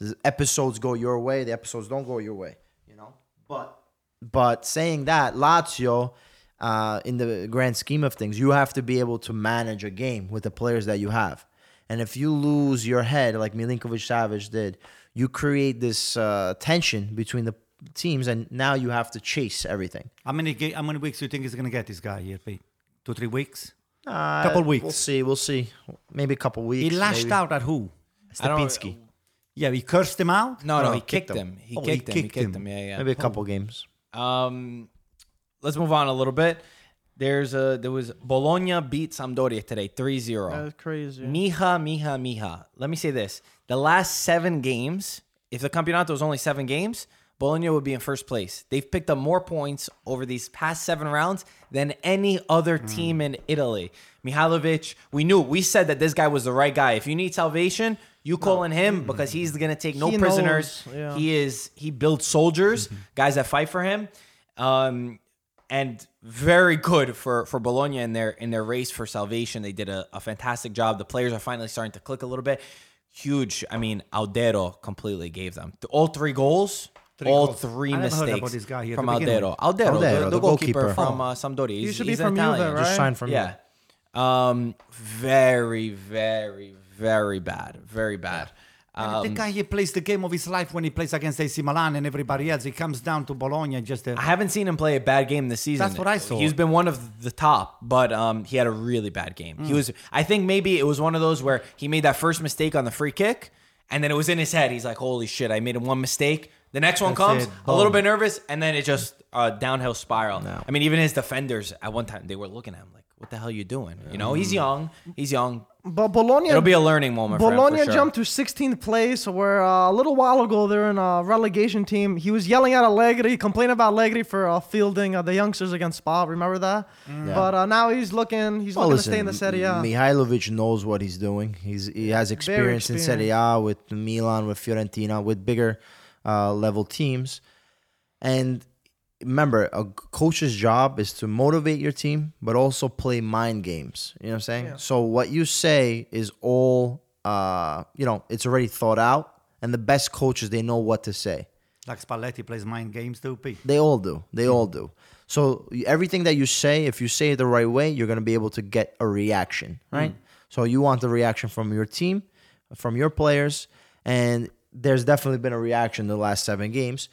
S6: The episodes go your way the episodes don't go your way you know but but saying that Lazio uh in the grand scheme of things you have to be able to manage a game with the players that you have and if you lose your head like Milinkovic Savage did you create this uh, tension between the teams and now you have to chase everything
S5: How many ga- how many weeks do you think he's gonna get this guy here, Pete? Two, three weeks.
S6: Uh,
S5: Couple weeks.
S6: We'll see. We'll see. Maybe a couple weeks.
S5: He lashed
S6: maybe.
S5: out at who?
S2: I don't-
S6: Stepinski.
S5: Yeah, he cursed him out.
S2: No, no,
S6: No,
S2: he
S6: kicked
S2: kicked him. He
S5: Oh, he
S2: kicked him. He
S5: kicked
S2: kicked him.
S5: him.
S2: Yeah,
S6: Maybe a couple games.
S2: yeah. Um, let's move on a little bit. There's a there was Bologna beat Sampdoria today 3-0.
S1: That's crazy.
S2: Mija, mija, mija. Let me say this: the last seven games, if the campeonato was only seven games, Bologna would be in first place. They've picked up more points over these past seven rounds than any other
S1: Hmm.
S2: team in Italy. Mihalovic, we knew, we said that this guy was the right guy. If you need salvation, you call in him because he's gonna take no
S1: Mm-hmm. He
S2: prisoners.
S1: knows, yeah. Mm-hmm.
S2: He is he builds soldiers, guys that fight for him. Um, and very good for for Bologna in their in their race for salvation. They did a, a fantastic job. The players are finally starting to click a little bit. Huge. I mean, Aldero completely gave them Th- all three goals. all
S5: goals.
S2: three
S5: I never heard
S2: mistakes
S5: about this guy here
S2: from
S5: to begin
S2: Aldero.
S5: with.
S2: Aldero, the,
S6: Aldero,
S2: the
S6: the
S2: goalkeeper,
S6: goalkeeper.
S2: from uh, Sampdoria. He's,
S1: should be
S2: he's an
S1: from Juve,
S2: Italian.
S1: right?
S6: Just sign from you.
S2: Yeah. Um, very, very, very bad. Very bad. Um,
S5: the guy he plays the game of his life when he plays against AC Milan and everybody else. He comes down to Bologna and just. Uh,
S2: I haven't seen him play a bad game this season.
S5: That's what I saw.
S2: He's been one of the top, but um, he had a really bad game.
S6: Mm.
S2: He was, I think, maybe it was one of those where he made that first mistake on the free kick, and then it was in his head. He's like, "Holy shit! I made him one mistake." The next one comes,
S5: it.
S2: a little
S5: Boom.
S2: bit nervous, and then it just uh, downhill spiral. I mean, even his defenders at one time they were looking at him like, "What the hell you doing?" You know,
S6: Mm.
S2: he's young. He's young.
S1: But Bologna.
S2: It'll be a learning moment. for him, for
S1: Bologna
S2: sure.
S1: jumped to 16th place, where uh, a little while ago they're in a relegation team. He was yelling at Allegri, complaining about Allegri for uh, fielding uh, the youngsters against Spa. Remember that?
S2: Mm.
S1: But uh, now he's looking. He's
S6: Well,
S1: looking
S6: listen,
S1: to stay in the Serie. A.
S6: Mihailovic knows what he's doing. He's he has experience in Serie A with Milan, with Fiorentina, with bigger uh, level teams. And remember, a coach's job is to motivate your team, but also play mind games. You know what I'm saying? So what you say is all, uh, you know, it's already thought out. And the best coaches, they know what to say.
S5: like Spalletti plays mind games too, Pete.
S6: They all do. They all do. So y- everything that you say, if you say it the right way, you're going to be able to get a reaction, right? So you want the reaction from your team, from your players, and there's definitely been a reaction the last seven games.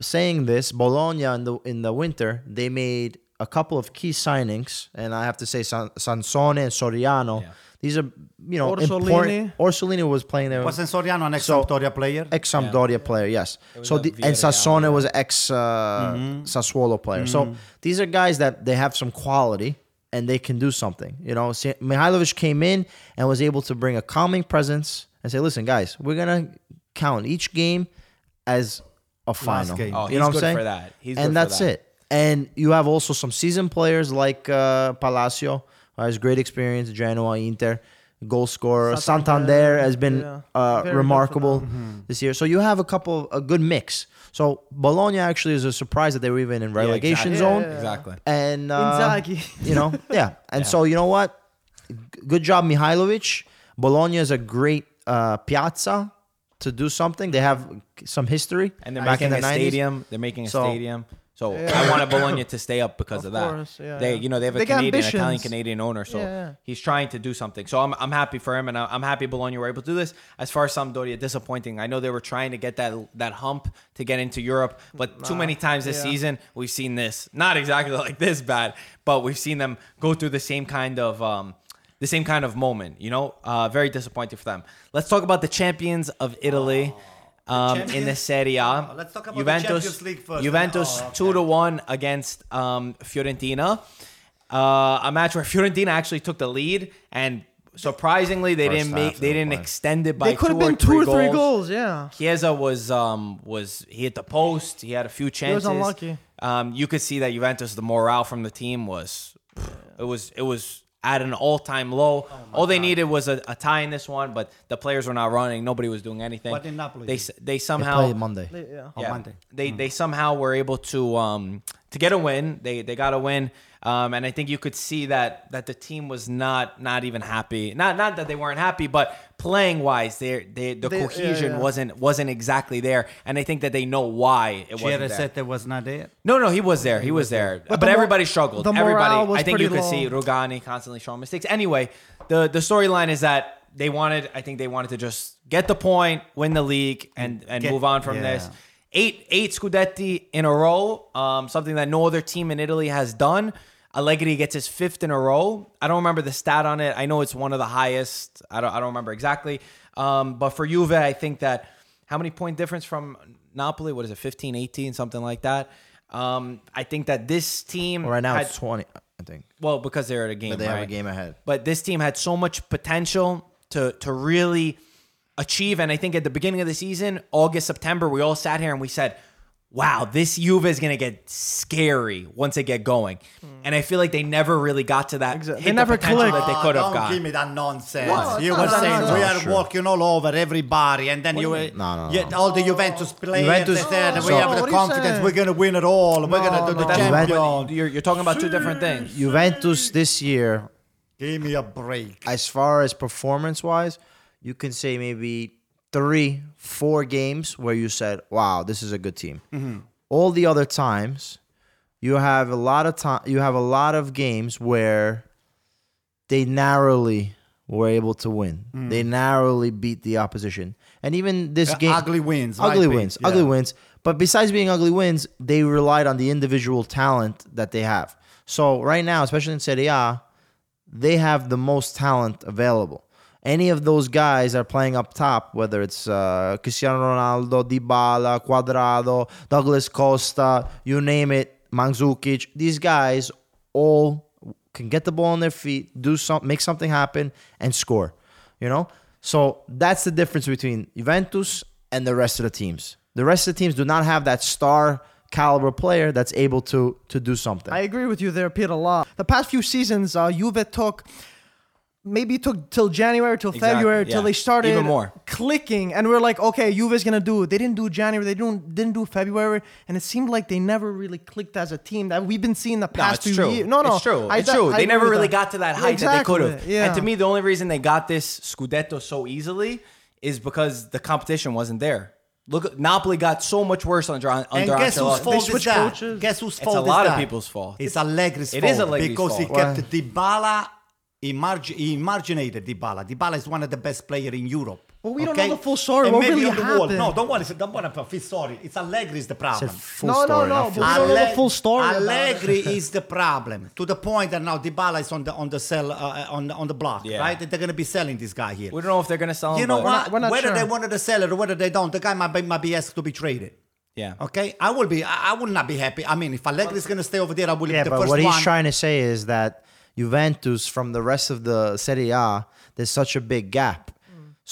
S6: Saying this, Bologna in the in the winter they made a couple of key signings, and I have to say San, Sansone and Soriano. These are you know
S1: Orsolini.
S6: important. Orsolini was playing there.
S5: Wasn't Soriano an ex
S6: So-
S5: Sampdoria player?
S6: ex Sampdoria player, yes. So
S2: a
S6: the, and
S2: Villarreal
S6: Sassone was ex uh,
S5: Mm-hmm.
S6: Sassuolo player. So these are guys that they have some quality and they can do something. You know, Sa- Mihailovic came in and was able to bring a calming presence and say, "Listen, guys, we're gonna count each game as a final."
S5: game.
S2: Oh, he's
S6: you know what I'm
S2: good
S6: saying?
S2: for that. He's good
S6: and
S2: for
S6: that's
S2: that.
S6: it. And you have also some seasoned players like uh, Palacio, who has great experience, Genoa, Inter, goal scorer.
S1: Santander,
S6: Santander, has been
S1: yeah.
S6: uh,
S1: Very good for
S6: remarkable
S2: Mm-hmm.
S6: this year. So you have a couple, a good mix. So Bologna actually is a surprise that they were even in
S2: Yeah,
S6: relegation
S2: exactly.
S6: zone.
S2: Exactly.
S6: And uh,
S1: Inzaghi.
S6: you know, yeah. And so you know what? G- Good job, Mihailovic. Bologna is a great uh, piazza to do something. They have some history.
S2: And they're
S6: back in
S2: making a
S6: the 90s.
S2: stadium. They're making a
S6: So-
S2: stadium. So I wanted Bologna to stay up because of,
S1: Of
S2: that.
S1: course, yeah,
S2: they,
S1: yeah.
S2: you know, they have a
S1: They got
S2: Canadian, Italian
S1: ambitions.
S2: Canadian owner, so
S1: Yeah, yeah.
S2: he's trying to do something. So I'm, I'm happy for him, and I- I'm happy Bologna were able to do this. As far as Sampdoria, disappointing. I know they were trying to get that that hump to get into Europe, but too many times this
S1: yeah.
S2: season we've seen this. Not exactly like this bad, but we've seen them go through the same kind of. Um, the same kind of moment, you know, uh, very disappointing for them. Let's talk about the champions of Italy um, in the
S5: champions?
S2: Serie A.
S5: Oh, let's talk about the
S2: Juventus,
S5: Champions League first.
S2: Juventus
S5: Oh, okay.
S2: two to one against um, Fiorentina. Uh, a match where Fiorentina actually took the lead, and surprisingly, they did didn't
S5: half,
S2: make,
S5: no
S2: they didn't
S5: point.
S2: extend it by
S1: They could
S2: two
S1: have been
S2: or three goals.
S1: yeah.
S2: Chiesa was um was he hit the post. He had a few chances.
S1: unlucky.
S2: Um, you could see that Juventus, the morale from the team was, it was it was at an all time low. all they needed was a, a tie in this one, but the players were not running. Nobody was doing anything.
S5: What did Napoli
S2: They
S5: do?
S2: s- they
S6: They
S2: somehow
S6: play Monday.
S1: Yeah.
S5: On Monday.
S2: they
S1: Mm.
S2: they somehow were able to um to get a win. They they got a win. Um, and I think you could see that that the team was not not even happy. Not not that they weren't happy, but playing wise, they they the
S1: They- yeah,
S2: cohesion
S1: yeah.
S2: wasn't wasn't exactly there. And I think that they know why it wasn't there.
S5: Chiarosetta was not there.
S2: No, no, he was there. He was there. But,
S1: the mor-
S2: everybody struggled.
S1: the morale
S2: everybody.
S1: was
S2: I think
S1: pretty
S2: you could
S1: low.
S2: see Rugani constantly showing mistakes. Anyway, the the storyline is that they wanted. I think they wanted to just get the point, win the league, and and
S5: Get-
S2: move on from
S5: yeah.
S2: this. Eight eight scudetti in a row. Um, something that no other team in Italy has done. Allegri gets his fifth in a row. I don't remember the stat on it. I know it's one of the highest. I don't. I don't remember exactly. Um, but for Juve, I think that how many point difference from Napoli? What is it? 15, 18, something like that. Um, I think that this team
S6: Right now
S2: had-
S6: it's 20, I think.
S2: well because they're at a game,
S6: But they have a
S2: right?
S6: game ahead.
S2: But this team had so much potential to to really achieve, and I think at the beginning of the season, August September, we all sat here and we said, "Wow, this Juve is going to get scary once they get going." And I feel like they never really got to that.
S1: Exactly.
S2: hit
S1: Hmm. They never
S2: the potential
S1: clicked.
S2: that they
S5: Oh,
S2: could have
S5: don't
S2: got.
S5: give me that nonsense.
S1: What?
S5: you
S1: No,
S5: were
S1: no,
S5: saying
S1: no,
S5: we
S1: no.
S5: are walking all over everybody, and then you were
S6: No, no, no,
S5: yet all the Juventus players.
S6: Juventus-
S5: said, we
S6: So-
S5: have
S1: What
S5: the
S1: are you
S5: confidence.
S1: saying?
S5: We're gonna win it all. We're gonna do
S1: no,
S5: the
S1: no.
S2: That's-
S5: champion.
S2: You're, you're talking about two different things.
S6: Juventus this year,
S5: Give me a break.
S6: as far as performance wise, you can say maybe three, four games where you said, wow, this is a good team. All the other times, you have a lot of time, you have a lot of games where they narrowly were able to win. They narrowly beat the opposition. And even this
S5: Uh,
S6: game
S5: ugly wins,
S6: Ugly
S5: right,
S6: wins.
S5: Pete?
S6: Ugly
S5: Yeah.
S6: wins. But besides being ugly wins, they relied on the individual talent that they have. So right now, especially in Serie A, they have the most talent available. Any of those guys are playing up top, whether it's uh, Cristiano Ronaldo, Dybala, Cuadrado, Douglas Costa, you name it, Mandzukic. These guys all can get the ball on their feet, do some, make something happen, and score. You know, so that's the difference between Juventus and the rest of the teams. The rest of the teams do not have that star caliber player that's able to to do something.
S1: I agree with you there, Peter. A lot. The past few seasons, uh, Juve took maybe it took till January, till
S2: Exactly,
S1: February,
S2: yeah.
S1: till they started
S2: Even more.
S1: clicking, and we're like, okay, Juve's gonna do. it. They didn't do January, they didn't didn't do February, and it seemed like they never really clicked as a team. That we've been seeing the
S2: No,
S1: past
S2: it's
S1: few
S2: true.
S1: years. No, no,
S2: it's true.
S1: I
S2: it's
S1: de-
S2: true.
S1: I
S2: They
S1: agree
S2: never
S1: with
S2: really
S1: that.
S2: got to that height that they could have.
S1: Exactly, Yeah.
S2: And to me, the only reason they got this scudetto so easily is because the competition wasn't there. Look, Napoli got so much worse under under
S5: And guess whose
S2: Ancelotti.
S5: fault is
S1: switched
S5: that?
S1: coaches.
S5: Guess whose
S2: It's
S5: fault
S2: a
S5: is
S2: lot of
S5: that?
S2: people's fault.
S5: It's Allegri's
S2: It
S5: fault.
S2: is Allegri's
S5: because he
S2: fault.
S5: kept Dybala. He, marg- he marginated Dybala. Dybala is one of the best players in Europe.
S1: Well, we don't
S5: okay?
S1: know the full story.
S5: And
S1: what
S5: maybe
S1: really
S5: on the wall.
S1: happened?
S5: No, don't worry. It's- Don't worry. about Feel sorry. It's Allegri is the
S6: Said
S5: problem.
S6: full
S1: No, no,
S6: story,
S1: no,
S6: not
S1: but we don't know the
S5: Alleg-
S1: full story about it.
S5: Allegri is the problem to the point that now Dybala is on the on the cell uh, on the- on the block,
S2: Yeah.
S5: right? They're going to be selling this guy here.
S2: We don't know if they're gonna sell him.
S5: you know
S2: but-
S5: what?
S1: not- we're not
S5: whether
S1: sure.
S5: they wanted to sell it or whether they don't, the guy might be, might be asked to be traded.
S2: Yeah.
S5: Okay, I will be. I, I will not be happy. I mean, if Allegri is going to stay over there, I will.
S6: Yeah,
S5: be the
S6: but
S5: first
S6: what he's
S5: one.
S6: trying to say is that Juventus from the rest of the Serie A, there's such a big gap.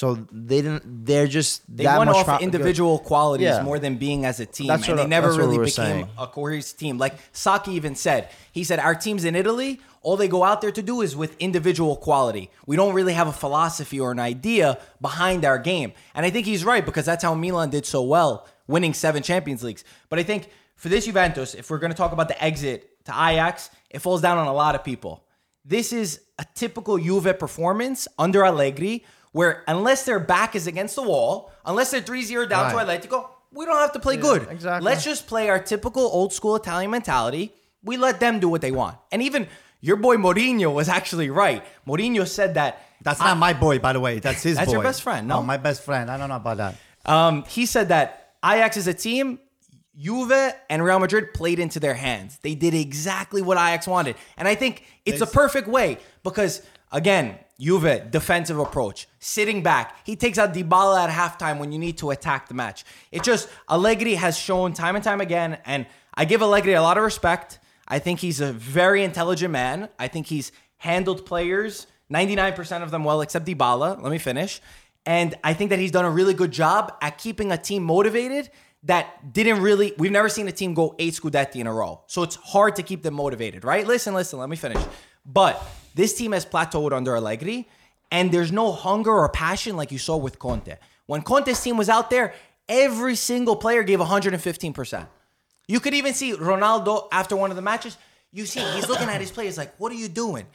S6: So they didn't. They're just
S2: They
S6: that
S2: won
S6: much
S2: off
S6: pro-
S2: individual qualities
S6: Yeah.
S2: more than being as a team,
S6: That's
S2: and
S6: what
S2: they
S6: I-
S2: never
S6: that's what
S2: really
S6: we were
S2: became a
S6: saying.
S2: cohesive team. Like Saki even said, he said, "Our teams in Italy, all they go out there to do is with individual quality. We don't really have a philosophy or an idea behind our game." And I think he's right because that's how Milan did so well, winning seven Champions Leagues. But I think for this Juventus, if we're going to talk about the exit to Ajax, it falls down on a lot of people. This is a typical Juve performance under Allegri, where unless their back is against the wall, unless they're 3 0 down to Atletico, we don't have to play good.
S1: exactly.
S2: Let's just play our typical old school Italian mentality. We let them do what they want. And even your boy Mourinho was actually right. Mourinho said that.
S5: That's not my boy, by the way. That's his.
S2: That's your
S5: boy.
S2: best friend, no?
S5: Oh, my best friend. I don't know about that.
S2: Um, he said that Ajax is a team. Juve and Real Madrid played into their hands. They did exactly what Ajax wanted. And I think it's a perfect way because, again, Juve, defensive approach, sitting back. He takes out Dybala at halftime when you need to attack the match. It just, Allegri has shown time and time again, and I give Allegri a lot of respect. I think he's a very intelligent man. I think he's handled players, 99% of them well, except Dybala. Let me finish. And I think that he's done a really good job at keeping a team motivated that didn't really, we've never seen a team go eight Scudetti in a row. So it's hard to keep them motivated, right? Listen, listen, let me finish. But this team has plateaued under Allegri, and there's no hunger or passion like you saw with Conte. When Conte's team was out there, every single player gave 115%. You could even see Ronaldo after one of the matches. You see, he's looking at his players like, "What are you doing?"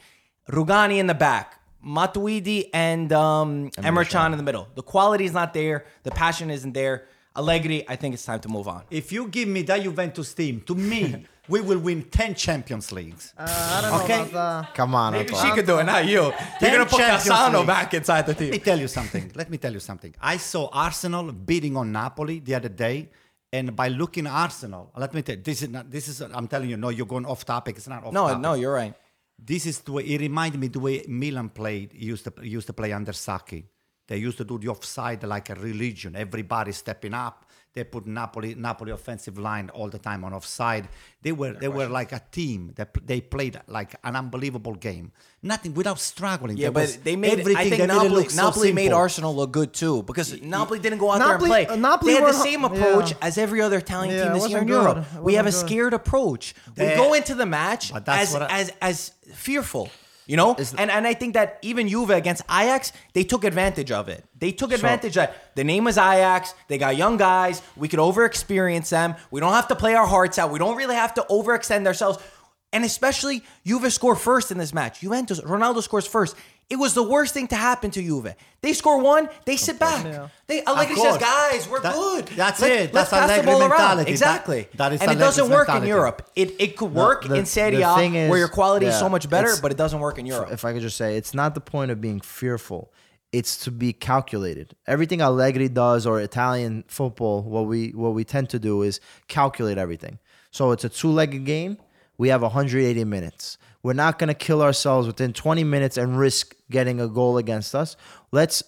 S2: Rugani in the back, Matuidi and um, Emerchan in the middle. The quality is not there. The passion isn't there. Allegri, I think it's time to move on.
S5: If you give me that Juventus team, to me, we will win ten Champions Leagues.
S1: I don't know
S5: Okay.
S1: about that.
S6: Come on, Antoine.
S2: could do it, not you.
S5: Ten gonna put Champions Cassano League. back
S2: inside the
S5: Let me tell you something. Let me tell you something. I saw Arsenal beating on Napoli the other day, and by looking Arsenal, let me tell you, this is not. This is. I'm telling you, no, you're going off topic. It's not off.
S2: No,
S5: topic.
S2: no, you're right.
S5: This is the way it reminded me the way Milan played used to used to play under Saki. They used to do the offside like a religion. Everybody stepping up. They put Napoli Napoli offensive line all the time on offside. They were they were like a team that pl- they played like an unbelievable game. Nothing without struggling.
S2: Yeah,
S5: There
S2: but
S5: was
S2: they made.
S5: everything.
S2: I think
S5: They made it
S2: Napoli,
S5: look so
S2: Napoli made
S5: simple.
S2: Arsenal look good too because Napoli didn't go out
S1: Napoli-
S2: there and
S1: uh, Napoli
S2: play. they had the
S1: weren't-
S2: same
S1: yeah.
S2: approach as every other Italian
S1: Yeah,
S2: team
S1: it
S2: this year in
S1: wasn't
S2: Europe.
S1: good. It
S2: We have a
S1: wasn't good.
S2: scared approach. we
S5: They-
S2: go into the match
S5: But that's
S2: as
S5: what I-
S2: as as fearful. You know, and and I think that even Juve against Ajax, they took advantage of it. They took advantage that the name is Ajax. They got young guys. We could overexperience them. We don't have to play our hearts out. We don't really have to overextend ourselves. And especially Juve scored first in this match. Juventus, Ronaldo scores first. It was the worst thing to happen to Juve. They score one, they sit back. They Allegri
S5: Of
S2: says,
S5: course.
S2: "Guys, we're
S5: That-
S2: good."
S5: that's
S2: Let-
S5: it.
S2: Let's
S5: That's
S2: pass the
S5: Allegri
S2: ball around.
S5: mentality. That-
S2: Exactly.
S5: that is
S2: and it doesn't
S5: Allegri's
S2: work
S5: mentality.
S2: in Europe. It it could work
S6: the-
S2: in Serie
S6: the
S2: A
S6: thing is-
S2: where your quality is so
S6: yeah,
S2: much better,
S6: it's-
S2: but it doesn't work in Europe.
S6: if I could just say, it's not the point of being fearful. It's to be calculated. Everything Allegri does or Italian football, what we what we tend to do is calculate everything. So it's a two-legged game. We have 180 minutes. We're not going to kill ourselves within 20 minutes and risk getting a goal against us. Let's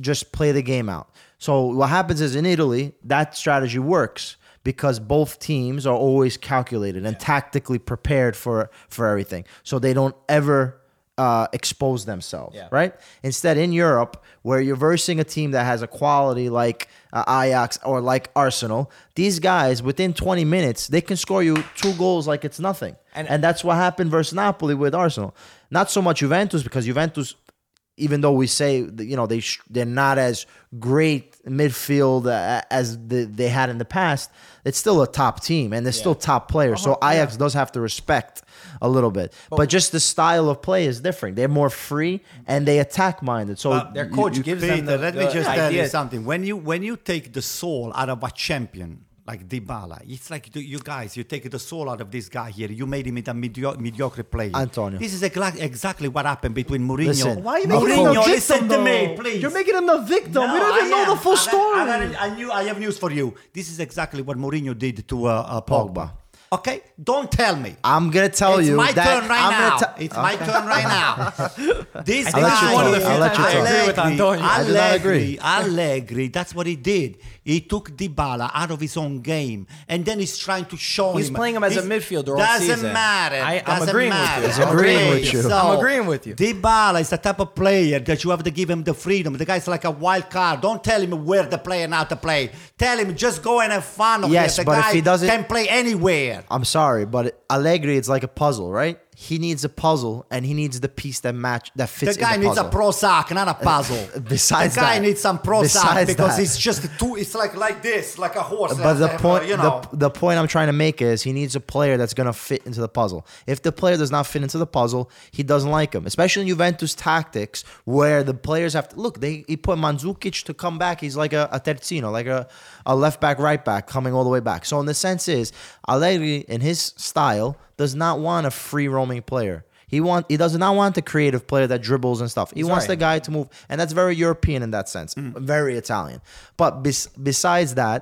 S6: just play the game out. So what happens is in Italy, that strategy works because both teams are always calculated and tactically prepared for for everything. So they don't ever uh, expose themselves, right? Instead, in Europe, where you're versing a team that has a quality like uh, Ajax or like Arsenal, these guys within 20 minutes they can score you two goals like it's nothing,
S2: And-
S6: and, and that's what happened versus Napoli with Arsenal. Not so much Juventus because Juventus even though we say that, you know they sh- they're not as great midfield uh, as the, they had in the past, it's still a top team and they're still top players. So
S5: Uh-huh.
S6: Ajax does have to respect a little bit, but, just the style of play is different. They're more free and they attack minded. So
S5: Uh,
S2: their coach gives them
S5: Peter,
S2: the,
S5: let
S2: the
S5: me just tell
S2: idea.
S5: you something. When you when you take the soul out of a champion, like Dybala. It's like the- you guys, you take the soul out of this guy here. You made him into a medio- mediocre player.
S6: Antonio.
S5: This is egla- exactly what happened between Mourinho.
S6: Listen,
S1: Why are you making him
S5: Mourinho,
S1: the victim?
S5: listen to me,
S1: though?
S5: please.
S1: You're making him the victim. we don't even
S5: I
S1: know
S5: am.
S1: the full
S5: I got-
S1: story.
S5: I, got- I knew. I have news for you. This is exactly what Mourinho did to uh, uh, Pogba. Okay, don't tell me.
S6: I'm gonna tell
S5: it's
S6: you
S5: my
S6: that
S5: turn right
S6: I'm gonna
S5: now.
S6: tell-
S5: it's my turn right now. this
S2: I'll let you
S5: guy,
S2: talk. One of the few I'll let you times I talk. agree with Antonio.
S6: I do not
S5: Allegri, Allegri, that's what he did. He took Dybala out of his own game, and then he's trying to show
S2: He's
S5: him.
S2: playing him as a midfielder all
S5: Doesn't
S2: season.
S5: matter.
S2: I- I'm
S5: doesn't
S2: agreeing with
S5: matter.
S2: you. I'm
S6: agreeing with you.
S5: so
S2: I'm agreeing with you.
S5: Dybala is the type of player that you have to give him the freedom. The guy's like a wild card. Don't tell him where to play and how to play. Tell him just go and have fun. over
S6: Yes,
S5: there. the
S6: but if
S5: guy
S6: he doesn't-
S5: can play anywhere.
S6: I'm sorry, but Allegri, it's like a puzzle, right? He needs a puzzle, and he needs the piece that match that
S5: The
S6: fits.
S5: guy
S6: in the
S5: needs a
S6: puzzle.
S5: Prozac, not a puzzle.
S6: Besides
S5: the guy
S6: that-
S5: needs some Prozac
S6: besides
S5: because
S6: that-
S5: it's just too. It's like like this, like a horse.
S6: But the
S5: uh,
S6: point,
S5: you know.
S6: the, the point I'm trying to make is he needs a player that's gonna fit into the puzzle. If the player does not fit into the puzzle, he doesn't like him. Especially in Juventus tactics, where the players have to look. They he put Mandzukic to come back. He's like a, a terzino, like a, a left back, right back, coming all the way back. So in the sense is Allegri in his style does not want a free roaming player. He want he does not want the creative player that dribbles and stuff. He wants the guy to move, and that's very European in that sense, very Italian. But bes- besides that,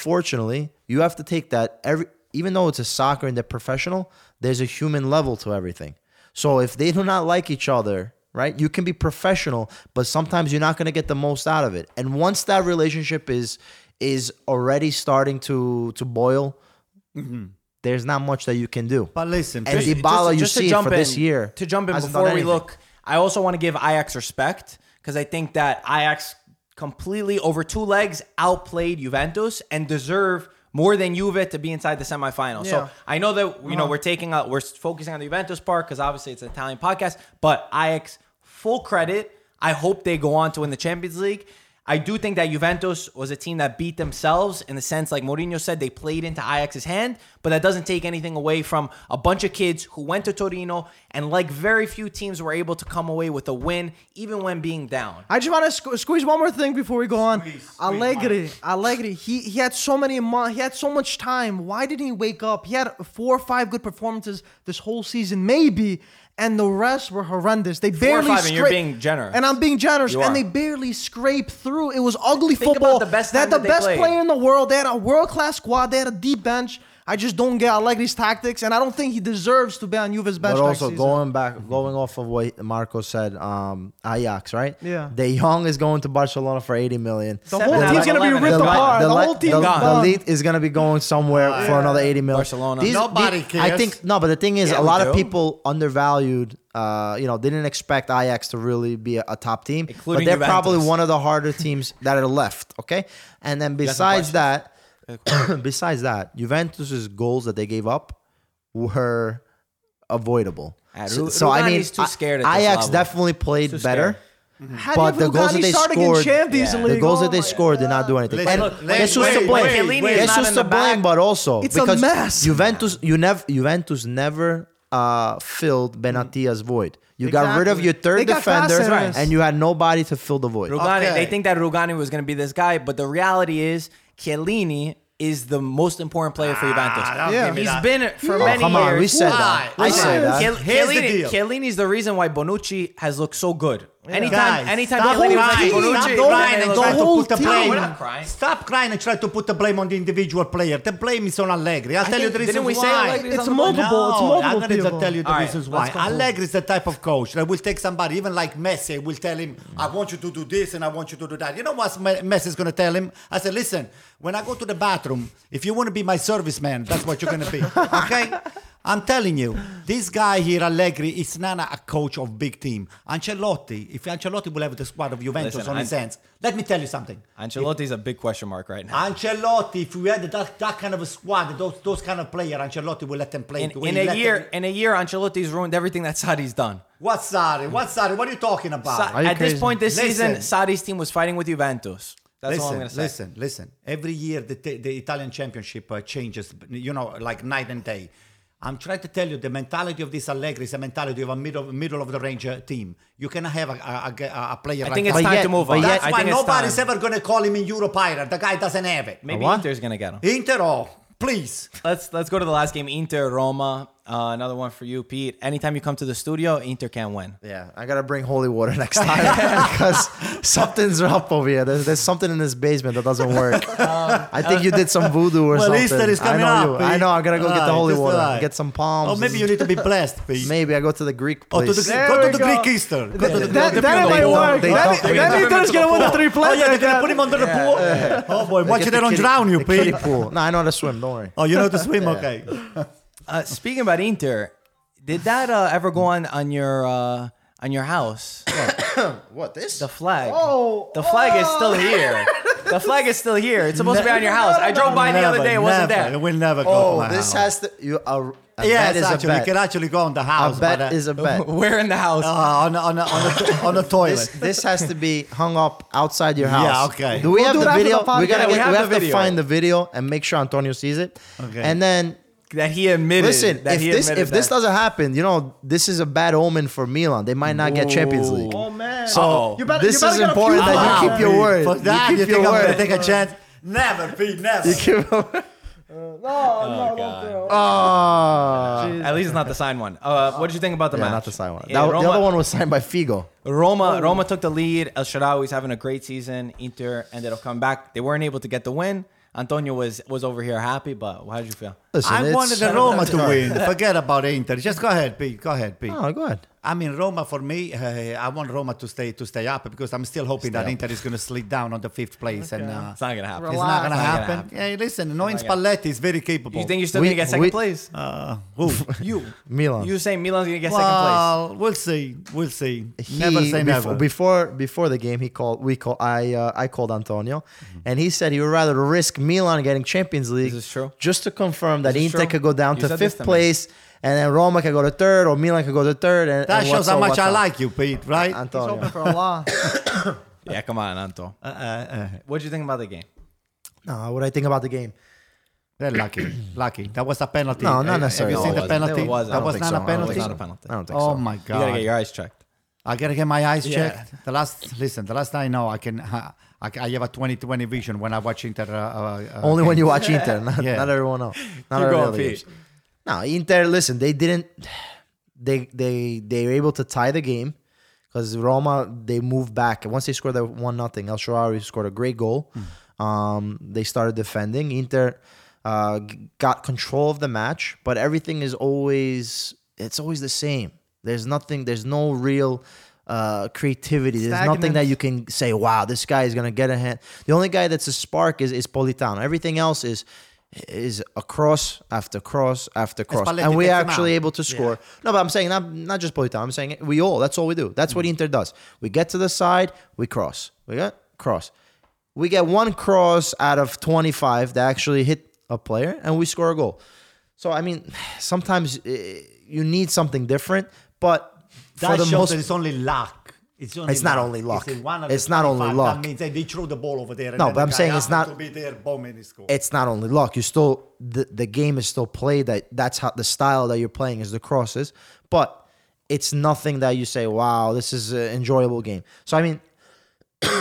S6: unfortunately, you have to take that every even though it's a soccer and they're professional, there's a human level to everything. So if they do not like each other, right? You can be professional, but sometimes you're not going to get the most out of it. And once that relationship is is already starting to to boil, there's not much that you can do.
S5: But listen,
S6: and
S5: just-
S6: Dybala, you
S2: to
S6: see it
S2: jump
S6: for this
S2: in-
S6: year
S2: To jump in
S6: hasn't
S2: before
S6: done
S2: we
S6: anything.
S2: look, I also want to give Ajax respect because I think that Ajax completely over two legs outplayed Juventus and deserve more than Juve to be inside the semifinal.
S1: Yeah.
S2: So I know that you know
S6: Uh-huh.
S2: we're taking out we're focusing on the Juventus part because obviously it's an Italian podcast, but Ajax full credit. I hope they go on to win the Champions League. I do think that Juventus was a team that beat themselves in the sense, like Mourinho said, they played into Ajax's hand, but that doesn't take anything away from a bunch of kids who went to Torino and, like very few teams, were able to come away with a win, even when being down.
S1: I just want to squ- squeeze one more thing before we go on. Allegri, Allegri, he he had so many mo- he had so much time. Why didn't he wake up? He had four or five good performances this whole season, maybe, and the rest were horrendous. They barely
S2: five, and you're
S1: scra-
S2: being generous.
S1: And I'm being generous,
S2: You are.
S1: and they barely scraped through. It was ugly
S2: Think
S1: football.
S2: about the best
S1: they had
S2: time
S1: the
S2: that they
S1: best
S2: played.
S1: player in the world. They had a world class squad. They had a deep bench. I just don't get Allegri's tactics, and I don't think he deserves to be on Juve's bench.
S6: But
S1: next
S6: also
S1: season.
S6: going back, going off of what Marco said, um, Ajax, right?
S1: Yeah.
S6: De Jong is going to Barcelona for eighty million.
S1: the
S2: Seven
S1: whole
S2: out
S1: team's
S2: of
S1: gonna be
S2: 11.
S1: ripped
S2: The li-
S1: apart. The,
S6: li-
S1: whole team
S6: the,
S1: gone.
S6: the lead is going to be going somewhere for another 80 million.
S2: Barcelona.
S5: Nobody cares.
S6: I think no, but the thing is,
S2: Yeah,
S6: a
S2: we
S6: lot of
S2: do.
S6: people undervalued. Uh, you know, didn't expect Ajax to really be a, a top team,
S2: Including
S6: but they're
S2: Juventus.
S6: probably one of the harder teams that are left. Okay, and then besides that, besides that, Juventus's goals that they gave up were avoidable.
S2: Ah,
S6: So,
S2: Ru-
S6: so I mean,
S2: Rugani's too scared at this
S6: Ajax
S2: level.
S6: definitely played
S2: Too
S6: better.
S2: scared.
S1: How
S6: But
S1: do
S6: the
S1: you
S6: goals that
S1: Ugani
S6: they
S1: started
S6: scored-
S1: in Champions
S2: Yeah.
S1: League?
S6: The goals
S1: Oh
S6: that they
S1: my
S6: scored did not do
S1: God.
S6: anything.
S5: Listen,
S6: and
S5: look,
S6: Jesus
S5: wait,
S6: to
S5: wait,
S6: blame.
S5: wait, Chiellini is
S6: Jesus
S2: not in
S6: to
S2: the
S6: blame,
S2: back.
S6: but also
S1: It's a
S6: because
S1: mess.
S6: Juventus, you never, Juventus never uh, filled Benatia's void. You got rid of
S1: Exactly.
S6: your third
S1: They got
S6: defender,
S1: Cáceres.
S6: and you had nobody to fill the void.
S2: Rugani,
S5: Okay.
S2: they think that Rugani was going to be this guy, but the reality is Chiellini is the most important player for Juventus.
S5: Ah, don't
S1: Yeah.
S5: give me
S2: He's
S5: that.
S2: been for
S6: Oh,
S2: many
S6: come
S2: years.
S6: on, we said that.
S5: Why?
S6: I said
S5: Listen,
S6: that.
S2: Chiell-
S5: Here's the
S2: Chiellini,
S5: deal.
S2: Chiellini's the reason why Bonucci has looked so good. Anytime,
S5: Guys,
S2: anytime
S5: stop
S2: Chiellini was like
S5: crying.
S2: Bonucci,
S5: Stop
S2: Chiellini
S5: crying and
S2: looks
S1: the
S5: try
S2: like-
S5: to
S1: whole
S5: put the
S1: team.
S5: blame.
S2: We're not crying.
S5: Stop crying and try to put the blame on the individual player. The blame is on Allegri. I'll tell you
S2: think-
S5: the reason
S2: didn't we say
S5: why.
S2: Allegri's
S1: It's
S2: on the
S1: multiple. it's
S5: No,
S1: multiple
S5: I'm gonna
S1: people.
S5: just tell you the
S2: All right,
S5: reasons why.
S2: let's conclude.
S5: Allegri is the type of coach that will take somebody, even like Messi, will tell him, "I want you to do this and I want you to do that." You know what Me- Messi is gonna tell him? I said, "Listen, when I go to the bathroom, if you want to be my serviceman, that's what you're gonna be." Okay. I'm telling you, this guy here, Allegri, is not a coach of big team. Ancelotti, if Ancelotti will have the squad of Juventus
S2: Listen,
S5: on
S2: I-
S5: his hands, let me tell you something.
S2: Ancelotti's a big question mark right now.
S5: Ancelotti, if we had that, that kind of a squad, those those kind of player, Ancelotti will let them play.
S2: In,
S5: the way
S2: in
S5: he
S2: a
S5: let
S2: year,
S5: them-
S2: in a year, Ancelotti's ruined everything that Sadi's done.
S5: What Sari? What Sari? What are you talking about?
S2: Sa-
S6: Ah, you
S2: at this
S6: crazy?
S2: point this
S5: Listen.
S2: season, Sadi's team was fighting with Juventus. That's
S5: listen,
S2: all I'm going to say.
S5: listen, listen. Every year the, the Italian championship uh, changes, you know, like night and day. I'm trying to tell you the mentality of this Allegri is a mentality of a middle middle of the range uh, team. You cannot have a, a, a, a player.
S2: I
S5: like
S2: think
S5: that.
S2: it's
S6: But
S2: time
S6: yet-
S2: to move
S6: but
S2: on.
S6: yet-
S5: That's
S2: I
S5: why
S2: think it's
S5: nobody's
S2: time.
S5: ever going to call him in Europe either. The guy doesn't have it.
S2: Maybe
S6: What?
S2: Inter's gonna get him.
S5: Intero, please.
S2: Let's let's go to the last game. Inter Roma. Uh, another one for you, Pete. Anytime you come to the studio, Inter can win.
S6: Yeah, I gotta bring holy water next time because something's up over here. There's, there's something in this basement that doesn't work. I think you did some voodoo or
S5: Um, Well,
S6: something.
S5: Easter is coming
S6: I know
S5: up.
S6: You. I know. I gotta go get the
S5: Right,
S6: holy
S5: just
S6: water,
S5: right.
S6: get some palms.
S5: Or Oh, maybe you need to be blessed, please.
S6: Maybe I go to the Greek
S5: Or
S6: place.
S5: to the, Greek-
S1: There
S5: go
S1: we
S5: to the
S1: go.
S5: Greek Easter. Go to the-
S1: That,
S5: go to
S1: that,
S5: the
S1: that
S5: people
S1: might
S5: that-
S1: work.
S6: they
S1: That,
S6: don't- they
S1: that
S5: don't-
S1: Inter's gonna win the three
S5: Oh
S1: players.
S5: yeah, they're
S1: like
S5: gonna
S1: that.
S5: put him under the pool. Oh boy,
S6: Get
S5: watch
S6: the
S5: they don't
S6: kiddie-
S5: drown you,
S6: the kiddie
S5: Pete.
S6: pool. No, I know how to swim. Don't worry.
S5: Oh, you know to swim, okay.
S2: Uh, speaking about Inter, did that uh, ever go on on your uh, on your house?
S6: What this?
S2: The flag.
S1: Oh,
S2: the flag is still here. The flag is still here. It's supposed to be on your house. I drove by the other day. It wasn't
S5: never,
S2: there.
S5: It will never go. to
S6: oh,
S5: my
S6: this
S5: house.
S6: has to. You are. A
S5: Yes,
S6: bet is
S5: actually,
S6: a
S5: you
S6: bet.
S5: can actually go on the house.
S6: a bet
S5: but, uh,
S6: is a bet.
S2: Where in the house?
S5: uh, on on on the, on the toilet.
S6: This, this has to be hung up outside your house.
S5: Yeah, okay.
S6: Do we
S1: We'll
S6: have
S1: do it
S6: the
S1: after
S6: video?
S1: the podcast.
S6: we gotta
S1: Yeah,
S6: get,
S1: we
S6: we
S1: have
S6: have,
S1: the
S6: to
S1: video.
S6: find the video and make sure Antonio sees it.
S5: Okay.
S6: And then
S2: that he admitted.
S6: listen,
S2: that
S6: if
S2: he
S6: this
S2: admitted
S6: if this
S2: that.
S6: doesn't happen, you know this is a bad omen for Milan. They might not get Champions League.
S1: Oh man.
S2: Uh-oh.
S1: you better,
S6: this
S1: you better
S6: is
S1: get a few
S6: important
S1: more.
S6: that you
S5: Wow,
S6: keep your
S5: Pete,
S6: word.
S5: For
S6: You
S5: that, you,
S6: keep your
S5: think I'm
S6: word.
S5: gonna take a chance? Never, Pete, never.
S1: No, no, no, no.
S6: Ah.
S2: At least it's not the signed one. Uh, what did you think about the
S6: Yeah,
S2: match?
S6: not the signed one.
S2: Yeah,
S6: That-
S2: Roma,
S6: the other one was signed by Figo.
S2: Roma,
S5: Oh.
S2: Roma took the lead. El Shaarawy's having a great season. Inter ended up coming back. They weren't able to get the win. Antonio was was over here happy, but how did you feel?
S6: Listen,
S5: I
S6: it's-
S5: wanted the Roma to win. Forget about Inter. Just go ahead, Pete. Go ahead, Pete.
S6: Oh, go ahead.
S5: I mean, Roma for me, uh, I want Roma to stay to stay up because I'm still hoping that Inter is going to slip down on the fifth place, and uh,
S2: It's not gonna happen.
S5: it's not going to
S2: It's not gonna
S5: happen. Yeah, listen, knowing Spalletti is very capable.
S2: You think you're still
S6: We-
S2: gonna get second
S6: we-
S2: place?
S5: uh, who?
S2: you,
S6: Milan.
S2: you saying Milan's gonna get second place?
S5: well, we'll see. We'll see. never say
S6: befo-
S5: never.
S6: Before before the game, he called. We call. I uh, I called Antonio, and he said he would rather risk Milan getting Champions League.
S2: Mm-hmm. This is true.
S6: Just to confirm that
S2: This is
S6: Inter
S2: true.
S6: could go down
S2: You
S6: to
S2: said this to
S6: fifth
S2: me.
S6: place, and then Roma can go to third, or Milan can go to third. And
S5: that
S6: and
S5: shows
S6: what's
S5: how
S6: up,
S5: much
S6: what's
S5: I
S6: up.
S5: like you, Pete. Right?
S1: Open
S6: Antonio.
S1: for Allah.
S2: Yeah, come on, Anto.
S5: Uh, uh,
S2: What would you think about the game?
S6: No, what I think about the game.
S5: they're lucky. lucky. That was a penalty.
S6: No, not
S5: Have-
S6: necessarily.
S5: Have you seen
S6: No,
S5: the
S6: it wasn't.
S5: penalty?
S2: It wasn't. I
S5: That
S2: don't
S5: was
S6: think
S5: not
S6: so.
S5: a
S6: I don't
S5: penalty.
S6: think
S2: It's not a penalty.
S6: I don't think
S5: Oh
S6: so.
S5: my
S2: You gotta
S5: god!
S2: get your eyes checked.
S5: I gotta get my eyes
S2: Yeah.
S5: checked. The last listen, the last I know, I can I, I have a 2020 vision when I watch Inter. Uh, uh,
S6: Only when you watch Inter, not,
S5: Yeah.
S6: not everyone else. Not
S2: Keep
S6: every
S2: going,
S6: other
S2: Pete.
S6: games. No, Inter. Listen, they didn't. They they they were able to tie the game because Roma they moved back once they scored that one nothing. El Shaarawy scored a great goal.
S5: Hmm.
S6: Um, they started defending. Inter uh, g- got control of the match, but everything is always it's always the same. There's nothing. There's no real. Uh, creativity. There's nothing
S1: Stagnant.
S6: that you can say. Wow, this guy is gonna get a hand. The only guy that's a spark is is Politano. Everything else is is a cross after cross after cross,
S5: Spalletti
S6: and we're
S5: takes him
S6: actually
S5: out.
S6: able to score. No, but I'm saying not not just Politano. I'm saying we all. That's all we do. That's what
S5: Mm.
S6: Inter does. We get to the side, we cross. We got cross. We get one cross out of 25 that actually hit a player, and we score a goal. So I mean, sometimes eh, you need something different, but
S5: that
S6: for the
S5: shows
S6: most
S5: that it's only luck. It's, only
S6: It's not only luck.
S5: in one of the
S6: It's not only
S5: 25.
S6: luck.
S5: That means that they throw the ball over there. and
S6: No,
S5: then
S6: but
S5: the
S6: I'm
S5: guy
S6: saying it's
S5: happened
S6: not-
S5: to be there. Boom, and he scored.
S6: it's not only luck. You still the, the game is still played. That that's how the style that you're playing is the crosses, but it's nothing that you say, "Wow, this is an enjoyable game." So I mean,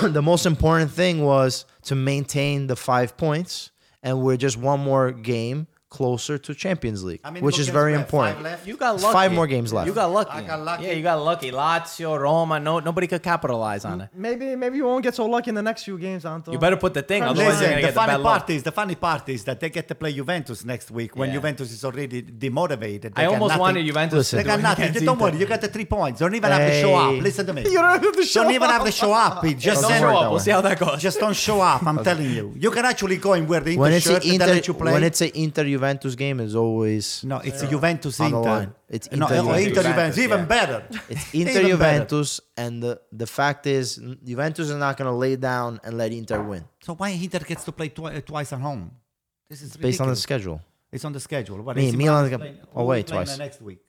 S6: the most important thing was to maintain the five points, and we're just one more game closer to Champions League,
S5: How many
S6: which is
S5: games
S6: very
S5: left?
S6: important.
S5: Five left?
S2: You got lucky.
S6: Five more games left.
S2: You got lucky.
S5: I got lucky.
S2: Yeah, you got lucky. Lazio, Roma. No, nobody could capitalize on it.
S1: Maybe maybe you won't get so lucky in the next few games, Anto.
S2: You better put the thing, otherwise
S5: Listen,
S2: you're gonna
S5: the
S2: get the
S5: funny
S2: bad luck.
S5: part is the funny part is that they get to play Juventus next week when
S2: Yeah.
S5: Juventus is already demotivated. They
S2: I
S5: got
S2: almost
S5: nothing.
S2: wanted Juventus
S6: Listen.
S5: They
S2: to do
S5: got
S2: it
S5: nothing.
S2: against
S5: Don't
S2: Inter.
S5: worry, you got the three points. Don't even have to show
S6: Hey.
S5: up. Listen to me.
S1: You don't have to show
S5: Don't even
S1: up.
S5: have to show up. Pete. Just
S2: Don't
S5: send-
S2: show
S6: worry,
S2: up.
S6: don't
S2: We'll
S6: worry.
S2: see how that goes.
S5: Just don't show up. I'm telling you. You can actually go and wear the Inter
S6: when it's
S5: shirt
S6: an
S5: and they
S6: Inter,
S5: let you play.
S6: when it's an Inter Juventus game, is always
S5: no, it's a Juventus
S6: On the
S5: Inter.
S6: line. It's
S5: no,
S6: Inter
S5: oh,
S6: Juventus.
S5: Inter Juventus.
S2: Juventus,
S5: Even
S2: yeah.
S5: better.
S6: It's
S5: Even
S6: Inter
S5: better.
S6: Juventus, and the, the fact is, n- Juventus is not going to lay down and let Inter win
S5: So why Inter gets to play twi- uh, twice at home? This is
S6: based on the
S5: ridiculous.
S6: schedule.
S5: It's on the schedule. What
S6: Me,
S5: AC
S6: Milan
S5: Milan's
S6: is
S5: playing-
S6: gonna-
S5: who
S6: away
S5: is playing
S6: twice.
S5: next week.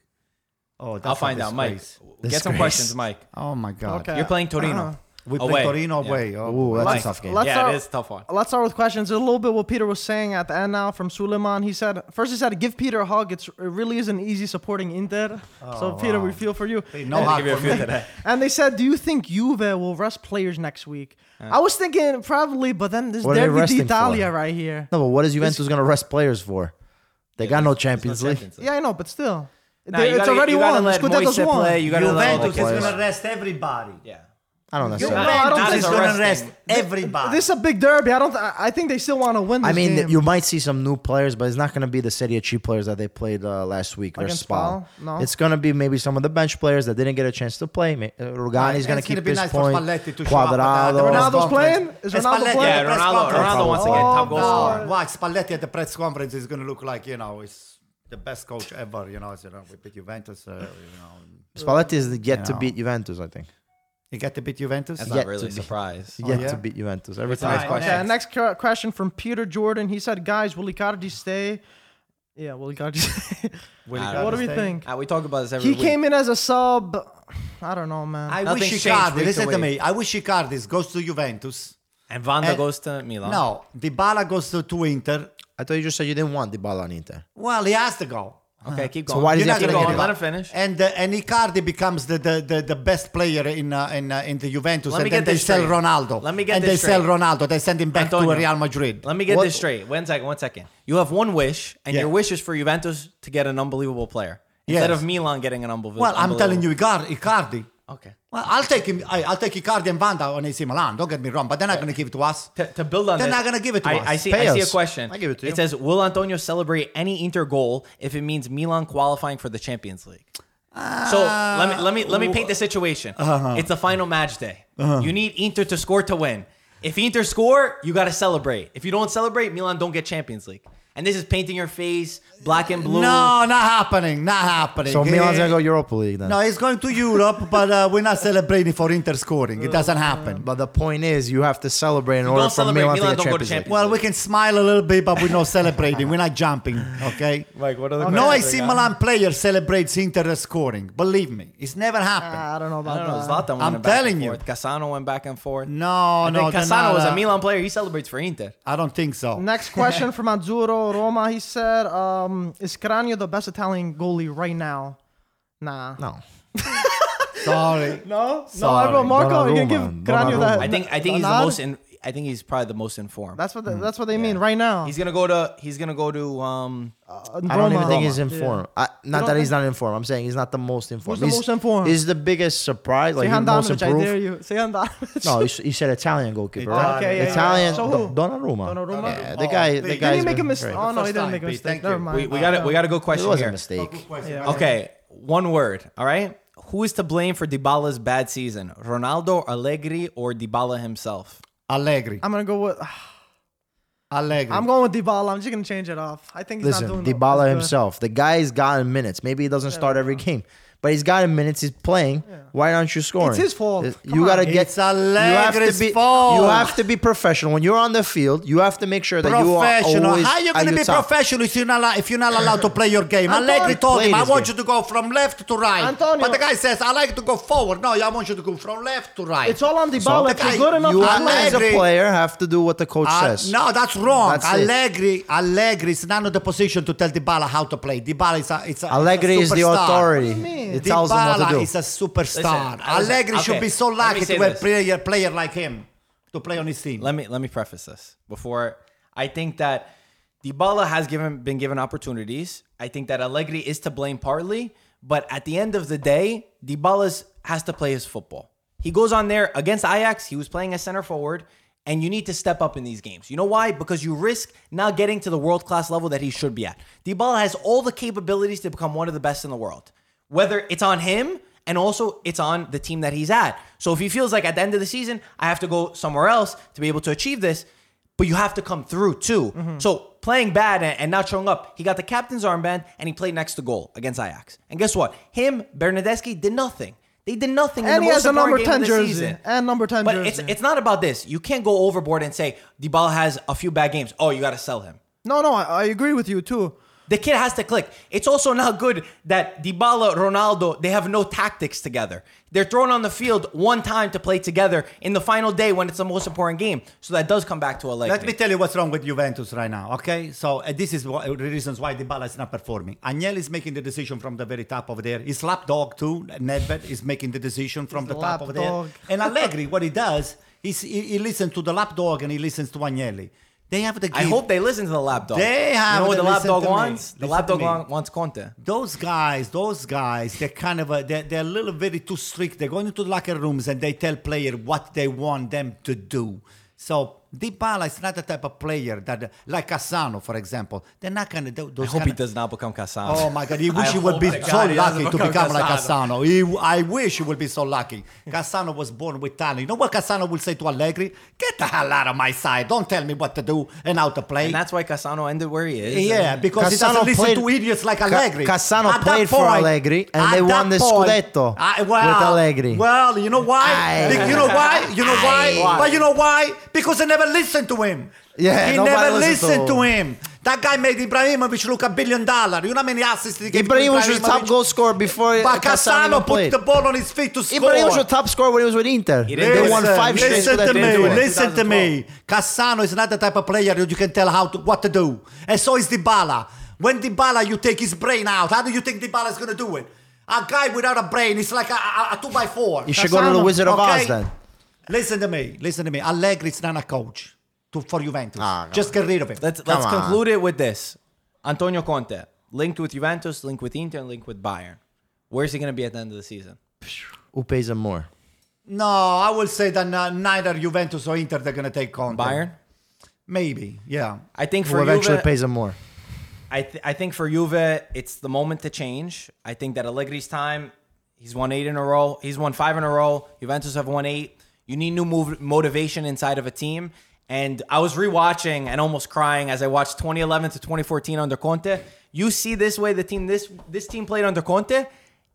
S5: Oh, that's
S2: I'll
S5: a
S2: find out, Mike.
S5: disgrace.
S2: Get some
S6: Disgrace.
S2: questions, Mike.
S5: Oh my God.
S1: Okay.
S2: You're playing Torino.
S5: We
S2: Away.
S5: play Torino
S2: Yeah.
S5: away.
S6: Ooh,
S5: Oh,
S6: that's
S2: Like,
S6: a tough game.
S1: let's-
S2: yeah,
S1: start-
S2: it is a tough one.
S1: Let's start with questions. A little bit what Peter was saying at the end now from Suleiman. He said first he said give Peter a hug. It's, it really isn't easy supporting Inter.
S6: Oh,
S1: so Peter,
S5: wow.
S1: we feel for you.
S5: Hey, no hug
S2: Give you a
S5: for
S2: few
S5: me.
S2: today.
S1: And they said, do you think Juve will rest players next week? I was thinking probably, but then there's
S6: What are they
S1: Derby
S6: resting
S1: d'Italia
S6: for?
S1: right here.
S6: No, but what is Juventus going to rest players for? They got no Champions League.
S1: Yeah, I know, but still.
S2: Nah,
S1: They-
S2: you
S1: it's
S2: gotta-
S1: already
S2: you gotta
S1: won.
S2: let
S1: Scudetto's
S2: Moise
S1: won.
S2: play, You gotta let all the
S5: Juventus is
S2: players.
S5: going to rest everybody.
S2: Yeah.
S6: I don't necessarily.
S1: No, I don't
S5: Juventus
S1: think
S5: is
S1: so.
S5: going to
S2: Arresting.
S5: rest everybody.
S1: This is a big derby. I don't. I I think they still want to win. This
S6: I mean,
S1: game.
S6: th- you might see some new players, but it's not going to be the Serie of cheap players that they played uh, last week versus
S1: Against
S6: Spal.
S1: Spal? No.
S6: It's going to be maybe some of the bench players that didn't get a chance to play. Ma- uh, Lugani's going
S5: It's
S6: to keep
S5: gonna be
S6: his
S5: nice for
S6: point.
S5: Spalletti to show up at the- at the
S6: Cuadrado.
S5: press
S1: Ronaldo's
S5: conference.
S1: playing? Is
S5: And
S1: Ronaldo
S5: Spalletti at
S1: playing?
S5: the
S2: Yeah,
S5: press
S2: Ronaldo-
S5: conference.
S2: Ronaldo once again,
S1: top goal
S5: no.
S1: scorer.
S5: Like Spalletti at the press conference is going to look like you know it's the best coach ever. You know, so, you know we beat Juventus. Uh, you know,
S6: Spalletti is yet to
S5: know.
S6: beat Juventus, I think.
S5: you get to beat Juventus.
S2: That's
S6: Yet
S2: not
S6: to
S2: really a
S6: be-
S2: surprise.
S6: Yet
S5: Oh, yeah?
S6: to beat Juventus. Every
S2: a nice
S6: time.
S2: question.
S1: Okay, Uh, next, cur- question from Peter Jordan. He said, "Guys, will Icardi stay?" Yeah, will Icardi stay?
S5: Will
S2: I
S5: Icardi
S2: don't
S1: what do we
S5: stay?
S1: think?
S2: Uh, we talk about this every
S1: He
S2: week.
S1: came in as a sub. I don't know, man.
S5: I
S2: Nothing
S5: wish
S2: changed
S5: Icardi.
S2: week
S5: Listen
S2: to
S5: to
S2: week.
S5: me. I wish Icardi goes to Juventus.
S2: and Vanda
S5: Uh,
S2: goes to Milan.
S5: No, Dybala goes to, to Inter.
S6: I thought you just said you didn't want Dybala on Inter.
S5: Well, he has to go.
S2: Okay, keep
S6: So
S2: going.
S6: why does
S5: You're
S6: he
S5: not
S6: have
S5: gonna
S6: to
S2: go
S5: get
S6: get
S2: on.
S5: it
S6: Dybala?
S2: Let
S5: back.
S2: him finish.
S5: And uh, and Icardi becomes the the, the, the best player in uh, in uh, in the Juventus.
S2: Let
S5: and
S2: me
S5: then
S2: get
S5: they
S2: this
S5: sell
S2: straight.
S5: Ronaldo.
S2: Let me get
S5: and
S2: this
S5: they sell
S2: straight.
S5: Ronaldo. They send him back
S2: Antonio.
S5: to Real Madrid.
S2: Let me get
S6: What-
S2: this straight. One second, one second. You have one wish, and
S5: Yeah.
S2: your wish is for Juventus to get an unbelievable player instead
S5: Yes.
S2: of Milan getting an unbelievable.
S5: well, I'm telling you,
S2: unbelievable-
S5: Icardi. Icardi.
S2: Okay.
S5: Well, I'll take him. I, I'll take Icardi and Vanda on AC Milan. Don't get me wrong, but they're not going to give it to us.
S2: To, to build on
S5: They're
S2: this,
S5: not gonna give it to
S2: I,
S5: us.
S2: I see.
S6: Pay
S2: I see a
S6: us.
S2: question.
S6: I give it to you.
S2: It says, "Will Antonio celebrate any Inter goal if it means Milan qualifying for the Champions League?" so let me let me let me paint the situation.
S5: Uh-huh.
S2: It's the final match day. You need Inter to score to win. If Inter score, you got to celebrate. If you don't celebrate, Milan don't get Champions League. And this is painting your face, black and blue.
S5: No, not happening. Not happening. Eh,
S6: So
S5: He-
S6: Milan's going to go Europa League then.
S5: No, he's going to Europe, but uh, we're not celebrating for Inter scoring. It doesn't happen.
S2: Oh,
S6: But the point is, you have to celebrate in order for
S2: celebrate,
S6: Milan,
S2: Milan
S6: to get
S2: don't go to
S6: Champions,
S2: Champions
S6: League.
S5: Well, we can smile a little bit, but we're not celebrating. We're not jumping. Okay.
S2: Mike, what other
S5: No
S2: questions
S5: AC
S2: we got?
S5: Milan player celebrates Inter scoring. Believe me, it's never happened.
S1: I don't know
S2: I
S1: about
S2: don't know.
S1: that.
S2: Zlatan went
S5: I'm
S2: back
S5: telling
S2: and
S5: you.
S2: forth. Cassano went back and forth.
S5: No,
S2: I
S5: no,
S2: think
S5: they're
S2: Cassano
S5: not,
S2: was
S5: uh,
S2: a Milan player. He celebrates for Inter.
S5: I don't think so.
S1: Next question from Azzurro Roma. He said, um, "Is Cranio the best Italian goalie right now?" Nah.
S6: No.
S5: Sorry.
S1: No, no,
S6: Sorry,
S1: I wrote Marco. You can
S6: Donnarumma,
S1: give Cranio
S6: Donnarumma.
S1: that.
S2: I think. I think he's the
S1: nod?
S2: most. In, I think he's probably the most informed.
S1: That's what. The, that's what they mean right now. Uh,
S2: he's gonna go to. He's gonna go to. Um,
S6: I don't even think he's
S1: in
S6: informed. I, not
S1: don't
S6: that
S1: think-
S6: he's not informed. I'm saying he's not the most informed.
S1: the
S6: he's,
S1: most informed?
S6: He's the biggest surprise. Like
S1: Say
S6: he's the most
S1: Handanovic, I dare
S6: improved.
S1: you. Say Handanovic.
S6: No, he, s- he said Italian goalkeeper.
S5: Italian.
S6: right?
S1: Okay, yeah, yeah,
S6: Italian.
S1: yeah. So who?
S6: Don- Donnarumma.
S1: Donnarumma?
S6: Yeah, the guy.
S5: Oh,
S6: The
S5: he
S1: Did
S6: guy.
S1: he make a mistake?
S5: Great.
S1: Oh no, he
S5: First
S1: didn't
S5: time,
S1: make a
S5: Pete.
S1: mistake.
S5: Thank
S1: Never
S5: you.
S1: mind.
S2: we we gotta we gotta go
S6: It
S2: question
S6: was
S2: here.
S6: a mistake.
S2: Okay, one word. All right. Who is to blame for Dybala's bad season? Ronaldo, Allegri, or Dybala himself?
S5: Allegri.
S1: I'm gonna go with.
S5: Allegri.
S1: I'm going with Dybala. I'm just gonna change it off. I think he's
S6: Listen,
S1: not doing. as
S6: Dybala
S1: good.
S6: himself. The guy's gotten minutes. Maybe he doesn't start every game, but he's gotten minutes. He's playing. Why aren't you scoring?
S1: It's his fault.
S6: It-
S1: Come
S6: You
S1: on.
S6: gotta get.
S5: It's
S6: you have to
S5: Allegri's
S6: be.
S5: fault.
S6: You have to be professional when you're on the field. You have to make sure that you are
S5: professional.
S6: always.
S5: How you
S6: at
S5: going to
S6: your
S5: be
S6: top.
S5: professional if you're not allo- if you're not allowed to play your game?
S1: Antonio-
S5: Allegri told him,
S6: Play
S5: "I
S6: this
S5: want
S6: game.
S5: you to go from left to right."
S1: Antonio-
S5: but the guy says, "I like to go forward." No, I want you to go from left to right. Uh,
S1: It's all on Dybala.
S5: the
S1: if he's
S5: guy-
S1: good enough,
S6: You
S1: to
S5: are-
S1: play.
S6: as a
S5: Allegri-
S6: player have to do what the coach
S5: Uh,
S6: says.
S5: no, that's wrong.
S6: That's it.
S5: Allegri, Allegri is not in the position to tell Dybala how to play. Dybala is a, it's a
S6: Allegri
S5: it's a
S6: is the
S5: superstar.
S6: authority.
S1: mean?
S6: It tells him what
S5: Dybala
S6: to do.
S5: is a superstar.
S2: Listen, listen,
S5: Allegri
S2: okay,
S5: should be so
S2: let me
S5: lucky
S2: say
S5: to have
S2: this.
S5: a player, player like him to play on his team.
S2: Let me let me preface this before I think that Dybala has given been given opportunities. I think that Allegri is to blame partly, but at the end of the day, Dybala has to play his football. He goes on there against Ajax. He was playing as center forward, and you need to step up in these games. You know why? Because you risk not getting to the world class level that he should be at. Dybala has all the capabilities to become one of the best in the world whether it's on him and also it's on the team that he's at. So if he feels like at the end of the season, I have to go somewhere else to be able to achieve this, but you have to come through too.
S1: Mm-hmm.
S2: So playing bad and, and not showing up, he got the captain's armband and he played next to goal against Ajax. And guess what? Him, Bernadeschi, did nothing. They did nothing. in
S1: And
S2: the
S1: he
S2: most
S1: has a
S2: important
S1: number
S2: game of
S1: 10
S2: the
S1: jersey.
S2: season.
S1: And number 10
S2: But
S1: jersey.
S2: it's it's not about this. You can't go overboard and say Dybala has a few bad games. Oh, you got to sell him.
S6: uh,
S1: No, no, I, I agree with you too.
S2: The kid has to click. It's also not good that Dybala, Ronaldo, they have no tactics together. They're thrown on the field one time to play together in the final day when it's the most important game. So that does come back to a leg.
S5: Let me tell you what's wrong with Juventus right now, okay? So uh, this is what, the reasons why Dybala is not performing. Agnelli is making the decision from the very top over there. His lapdog too, Nedved, is making the decision from the top over there.
S1: lapdog.
S5: And Allegri, what he does, he's, he, he listens to the lapdog and he listens to Agnelli. They have the
S2: I hope they listen to the lapdog.
S5: They
S2: You
S5: have
S2: know what
S5: to
S2: the
S5: listen
S2: lapdog
S5: to me.
S2: wants? The
S5: Listen to
S2: lapdog
S5: me.
S2: wa- wants Conte.
S5: those guys, those guys, they're kind of a, they're, they're a little very too strict. They go into the locker rooms and they tell player what they want them to do. So Dybala is not the type of player that, like Asano, for example, they're not kind of those.
S2: I hope
S5: kind
S2: he does not become Cassano.
S5: Oh my God! He wish
S2: I
S5: he would
S2: hope
S5: be
S2: to
S5: so
S2: God he doesn't
S5: lucky to
S2: become
S5: become like
S2: Cassano.
S5: Cassano. He, I wish he would be so lucky. Cassano was born with talent. You know what Cassano will say to Allegri? Get the hell out of my side! Don't tell me what to do and how to play.
S2: And that's why Cassano ended where he is.
S5: Yeah, because
S6: Esatto. Cassano
S5: he doesn't
S6: played-
S5: listen to idiots like
S6: Ca-
S5: Allegri.
S6: Cassano
S5: At that
S6: played for Allegri and
S5: at
S6: they won
S5: that
S6: the Scudetto
S5: I-
S6: with Allegri.
S5: Well, you know why?
S6: Aye.
S5: Be- you know why? You know why?
S6: Aye.
S5: But you know why? Because they never listened to him.
S6: Yeah,
S5: he
S6: nobody
S5: never
S6: listened to
S5: listened to him. That guy made Ibrahimovic look a billion dollar. You know how many assists he gave to
S6: Ibrahimovic was top goal scorer before
S5: But
S6: Cassano
S5: Cassano
S6: even
S5: put
S6: played.
S5: the ball on his feet to score.
S6: Ibrahimovic was top scorer when he was with Inter. They won
S5: Listen,
S6: five straight
S5: Listen to
S6: Scudettos.
S5: me.
S2: They did.
S5: Listen to me. Cassano is not the type of player that you can tell how to, what to do. And so is Dybala. When Dybala, you take his brain out. How do you think Dybala is going to do it? A guy without a brain is like a, a, a two by four.
S6: You should go to the
S1: Cassano,
S6: Wizard of
S5: okay?
S6: Oz then.
S5: Listen to me. Listen to me. Allegri is not a coach to, for Juventus.
S6: Ah, come
S5: Just get rid of him.
S2: Let's
S6: Come
S2: let's
S6: on.
S2: conclude it with this. Antonio Conte linked with Juventus, linked with Inter, and linked with Bayern. Where's he going to be at the end of the season?
S6: Who pays him more?
S5: no, I will say that uh, neither Juventus or Inter they're going to take Conte.
S2: Bayern.
S5: Maybe. Yeah.
S2: I think
S6: Who
S2: for
S6: eventually
S2: Juve,
S6: pays him more?
S2: I, th- I think for Juve, it's the moment to change. I think that Allegri's time, he's won eight in a row. He's won five in a row. Juventus have won eight. You need new mov- motivation inside of a team. And I was rewatching and almost crying as I watched 2011 to 2014 under Conte. You see this way the team this this team played under Conte.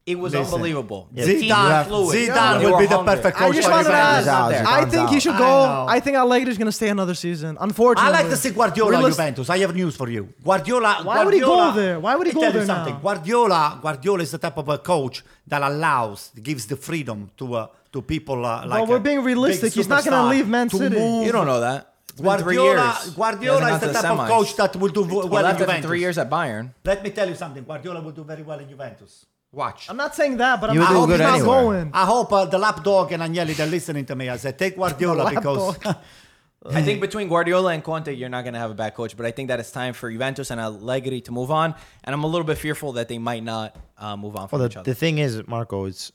S2: It was
S5: Listen,
S2: unbelievable. The team
S5: Zidane,
S2: flew it.
S5: Zidane
S2: They
S5: will
S2: were
S5: be the
S2: hungry.
S5: perfect
S1: I
S5: coach
S1: just
S5: for
S1: wanted to
S5: Juventus.
S1: ask.
S6: Zidane, Zidane,
S1: I think he
S6: Zidane.
S1: should
S5: I
S1: go.
S5: know.
S1: I, think Allegri's gonna stay another season. Unfortunately,
S5: I like to see Guardiola
S1: Realis-
S5: Juventus. I have news for you. Guardiola.
S1: Why would he go
S5: Guardiola-
S1: there? Why would he
S5: I
S1: go
S5: tell you
S1: there
S5: something.
S1: now?
S5: Guardiola. Guardiola is the type of a coach that allows, gives the freedom to uh, to people uh, like.
S1: we're
S5: a
S1: being realistic.
S5: big
S1: He's not gonna
S5: superstar
S1: leave Man
S5: to
S1: City.
S5: move.
S2: You don't know that. It's been three
S5: Guardiola.
S2: years. He
S5: Guardiola is
S2: hasn't gone
S5: the
S2: to
S5: type of
S2: semis.
S5: coach that will do v-
S2: Well,
S5: well in
S2: after the
S5: Juventus.
S2: three years at Bayern.
S5: Let me tell you something. Guardiola will do very well in Juventus. Watch.
S1: I'm not saying that, but I'm
S6: You
S1: I
S6: do
S1: hope
S6: good
S1: he's not
S6: anywhere.
S1: going.
S5: I hope uh, the lapdog and Agnelli they're listening to me. I said take Guardiola because
S2: I think between Guardiola and Conte, you're not going to have a bad coach. But I think that it's time for Juventus and Allegri to move on. And I'm a little bit fearful that they might not uh, move on from
S6: Well,
S2: each
S6: the,
S2: other.
S6: the thing is, Marco, it's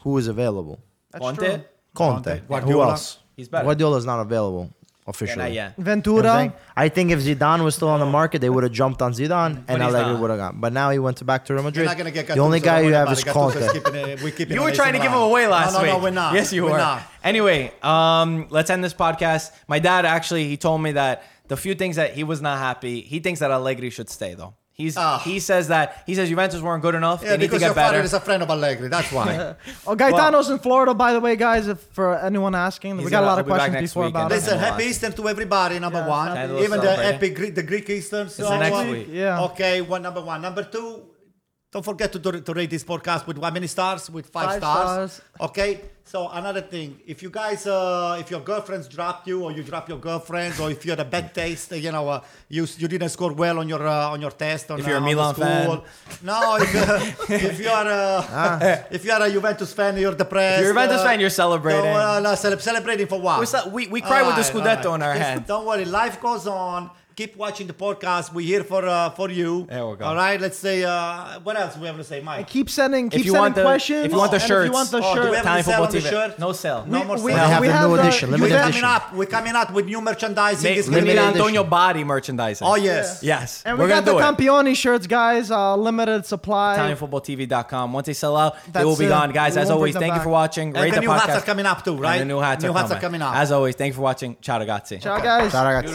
S6: who is available.
S2: Conte,
S1: true.
S6: Conte. Who
S5: Guardiola.
S6: else?
S2: He's better.
S6: Guardiola is not available
S2: yeah,
S6: officially.
S2: not yet.
S6: You know what I'm
S1: Ventura.
S6: saying? I think if Zidane was still on the market, they would have jumped on Zidane and
S2: he's
S6: Allegri
S2: not.
S6: would have gone. But now he went to back to Real
S5: You're
S6: Madrid.
S5: not gonna get
S6: the only
S5: Gattuso,
S6: guy
S5: don't
S6: you
S5: worry
S6: have
S5: about
S6: is
S5: it. Gattuso's
S6: Conte.
S5: keeping it- we're keeping
S2: You
S5: it
S2: were
S5: nice
S2: trying to
S5: and
S2: give him
S5: around.
S2: away last
S5: no, no,
S2: week.
S5: No, we're not.
S2: Yes, you
S5: we're
S2: were.
S5: Not.
S2: Anyway, um, let's end this podcast. My dad actually he told me that the few things that he was not happy, he thinks that Allegri should stay though. He's
S5: Ah.
S2: he says that he says Juventus weren't good enough.
S5: Yeah,
S2: they need to
S5: because your
S2: get
S5: father
S2: better.
S5: is a friend of Allegri. That's why.
S1: Oh, Gaetano's in Florida, by the way, guys. If for anyone asking, we
S2: He's
S1: got a
S2: gonna-
S1: lot
S2: I'll
S1: of
S2: be back
S1: questions
S2: next
S1: before
S2: weekend.
S1: about
S5: Listen,
S1: it.
S5: happy Easter to everybody. Number
S1: Yeah,
S5: one,
S1: happy
S5: even
S2: Easter,
S5: the
S2: buddy.
S5: epic Greek, the Greek Easter. So
S2: the next
S5: uh,
S2: week.
S1: Yeah.
S5: Okay, one number one. Number two. Don't forget to, do- to rate this podcast with how many stars? With five,
S1: Five
S5: stars.
S1: stars.
S5: Okay. So another thing, if you guys, uh, if your girlfriends dropped you, or you drop your girlfriends, or if you had a bad taste, you know, uh, you you didn't score well on your uh, on your test. On,
S2: If you're a
S5: uh, on
S2: Milan
S5: the
S2: fan.
S5: school. no. If, you- if you are a,
S1: Ah.
S5: if you are a Juventus fan, you're depressed.
S2: If you're a Juventus fan, you're celebrating.
S5: No, uh, no, cele- celebrating for what?
S2: We ce- we- we cry with the
S5: Alright,
S2: Scudetto
S5: alright.
S2: in our
S5: It's-
S2: hand.
S5: Don't worry, life goes on. Keep watching the podcast. We're here for uh, for you.
S2: There we go.
S5: All right, let's say uh, what else we have to say, Mike.
S1: Keep sending, keep
S2: if you
S1: sending
S2: want the
S1: questions.
S2: if you want the
S1: and
S2: shirts, Oh,
S1: if you want the
S5: Oh, do we
S1: shirt,
S5: have
S2: Italian
S5: any sale
S2: football
S5: on the
S2: TV.
S5: shirt?
S2: No sale.
S5: No more
S1: we,
S5: sale.
S6: have
S1: we
S6: a
S1: have
S6: new
S1: the-
S6: edition,
S1: you
S5: We're
S6: limited
S1: have-
S5: coming
S6: edition.
S5: up. We're coming up with new merchandising.
S2: Make,
S5: It's
S2: give
S5: gonna
S2: me
S6: limited
S2: the
S5: be-
S6: edition.
S2: Antonio body merchandising.
S5: Oh yes.
S2: Yes.
S1: And
S2: we're
S1: we got the
S2: gonna do it.
S1: Campione shirts, guys. Uh, limited supply.
S2: ItalianFootballTV.com. Once they sell out, they
S1: That's
S2: will be
S1: it.
S2: gone. Guys,
S1: We
S2: as
S1: won't
S2: always,
S1: bring
S2: thank
S1: them
S2: you
S1: back.
S2: for watching.
S5: And
S2: Rate
S5: the
S2: the
S5: new hats
S2: podcast.
S5: are coming up too, right?
S2: And the new hats,
S5: New
S2: are,
S5: hats are
S2: coming.
S5: coming up.
S2: As always, thank you for watching. Ciao, ragazzi.
S1: Ciao, guys.
S6: Ciao, ragazzi.